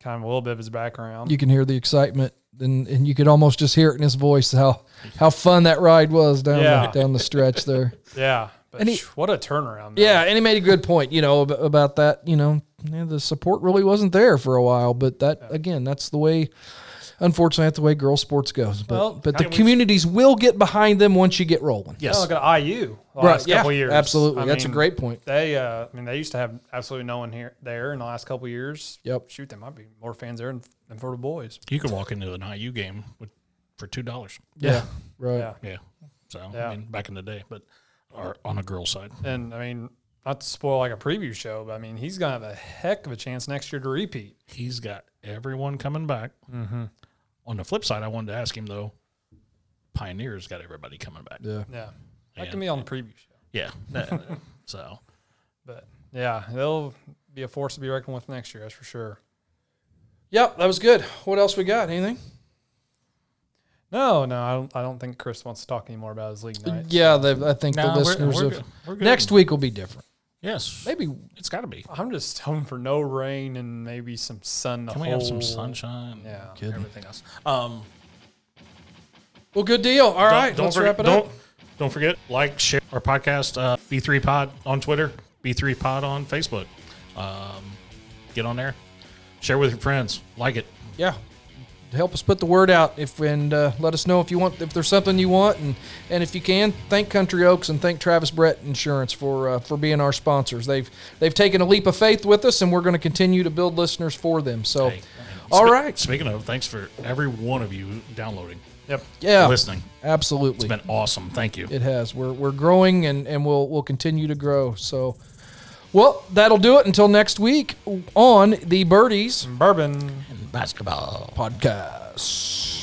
[SPEAKER 3] kind of a little bit of his background.
[SPEAKER 1] You can hear the excitement, and and you could almost just hear it in his voice how how fun that ride was down
[SPEAKER 3] Yeah.
[SPEAKER 1] the, down the stretch there.
[SPEAKER 3] yeah, but
[SPEAKER 1] And he-
[SPEAKER 3] phew, what a turnaround! though.
[SPEAKER 1] Yeah, and he made a good point, you know, ab- about that. You know, yeah, the support really wasn't there for a while, but that again, that's the way. Unfortunately, that's the way girl sports goes. But,
[SPEAKER 3] Well,
[SPEAKER 1] but the
[SPEAKER 3] I was-
[SPEAKER 1] communities will get behind them once you get rolling.
[SPEAKER 2] Oh,
[SPEAKER 3] Yeah,
[SPEAKER 4] Yes.
[SPEAKER 3] look at IU. The
[SPEAKER 1] Right,
[SPEAKER 3] last couple years,
[SPEAKER 1] absolutely.
[SPEAKER 3] I
[SPEAKER 1] that's a
[SPEAKER 3] mean,
[SPEAKER 1] great point.
[SPEAKER 3] They, uh, I mean, they used to have absolutely no one here there in the last couple years.
[SPEAKER 1] Yep.
[SPEAKER 3] Shoot, there might be more fans there than, than for the boys.
[SPEAKER 4] You can walk into an IU game with, for two dollars.
[SPEAKER 1] Yeah, right.
[SPEAKER 3] Yeah.
[SPEAKER 4] Yeah. So
[SPEAKER 3] Yeah.
[SPEAKER 4] I mean, back in the day, but or on a girl's side.
[SPEAKER 3] And I mean, not to spoil like a preview show, but I mean, he's gonna have a heck of a chance next year to repeat.
[SPEAKER 4] He's got everyone coming back. On the flip side, I wanted to ask him though. Pioneers got everybody coming back.
[SPEAKER 1] Yeah.
[SPEAKER 3] Yeah, that
[SPEAKER 4] Yeah.
[SPEAKER 3] can be on the preview show.
[SPEAKER 4] Yeah. that- so
[SPEAKER 3] But yeah, they'll be a force to be reckoned with next year. That's for sure.
[SPEAKER 1] Yep, that was good. What else we got? Anything?
[SPEAKER 3] No, no, I don't. I don't think Chris wants to talk anymore about his league night.
[SPEAKER 1] Uh, Yeah, they've, I think
[SPEAKER 4] No,
[SPEAKER 1] the
[SPEAKER 4] we're-
[SPEAKER 1] listeners
[SPEAKER 4] we're
[SPEAKER 1] have.
[SPEAKER 4] good. We're good.
[SPEAKER 1] Next week will be different.
[SPEAKER 4] yes,
[SPEAKER 1] Maybe
[SPEAKER 4] it's got to be.
[SPEAKER 3] I'm just hoping for no rain and maybe some sun. the
[SPEAKER 4] Can we have some
[SPEAKER 3] whole-
[SPEAKER 4] sunshine?
[SPEAKER 3] Yeah.
[SPEAKER 4] Everything else. Um,
[SPEAKER 1] Well, good deal. All
[SPEAKER 4] Don't-
[SPEAKER 1] right,
[SPEAKER 4] don't
[SPEAKER 1] let's
[SPEAKER 4] forget,
[SPEAKER 1] wrap it
[SPEAKER 4] don't,
[SPEAKER 1] up.
[SPEAKER 4] Don't forget, like, share our podcast, uh, B3 Pod on Twitter, B3 Pod on Facebook. Um, get on there, share with your friends, like it.
[SPEAKER 1] Yeah, help us put the word out. If and uh, let us know if you want if there's something you want, and and if you can, thank Country Oaks and thank Travis Brett Insurance for uh, for being our sponsors. They've they've taken a leap of faith with us, and we're going to continue to build listeners for them. So,
[SPEAKER 4] Hey,
[SPEAKER 1] Oh. all
[SPEAKER 4] spe-
[SPEAKER 1] right,
[SPEAKER 4] Speaking of, thanks for every one of you downloading,
[SPEAKER 3] Yep.
[SPEAKER 1] yeah,
[SPEAKER 4] listening.
[SPEAKER 1] absolutely.
[SPEAKER 4] It's been awesome. Thank you.
[SPEAKER 1] It has. We're, we're growing and, and we'll we'll continue to grow. So, well, that'll do it until next week on the Birdies
[SPEAKER 3] Bourbon.
[SPEAKER 4] Basketball.
[SPEAKER 1] podcast.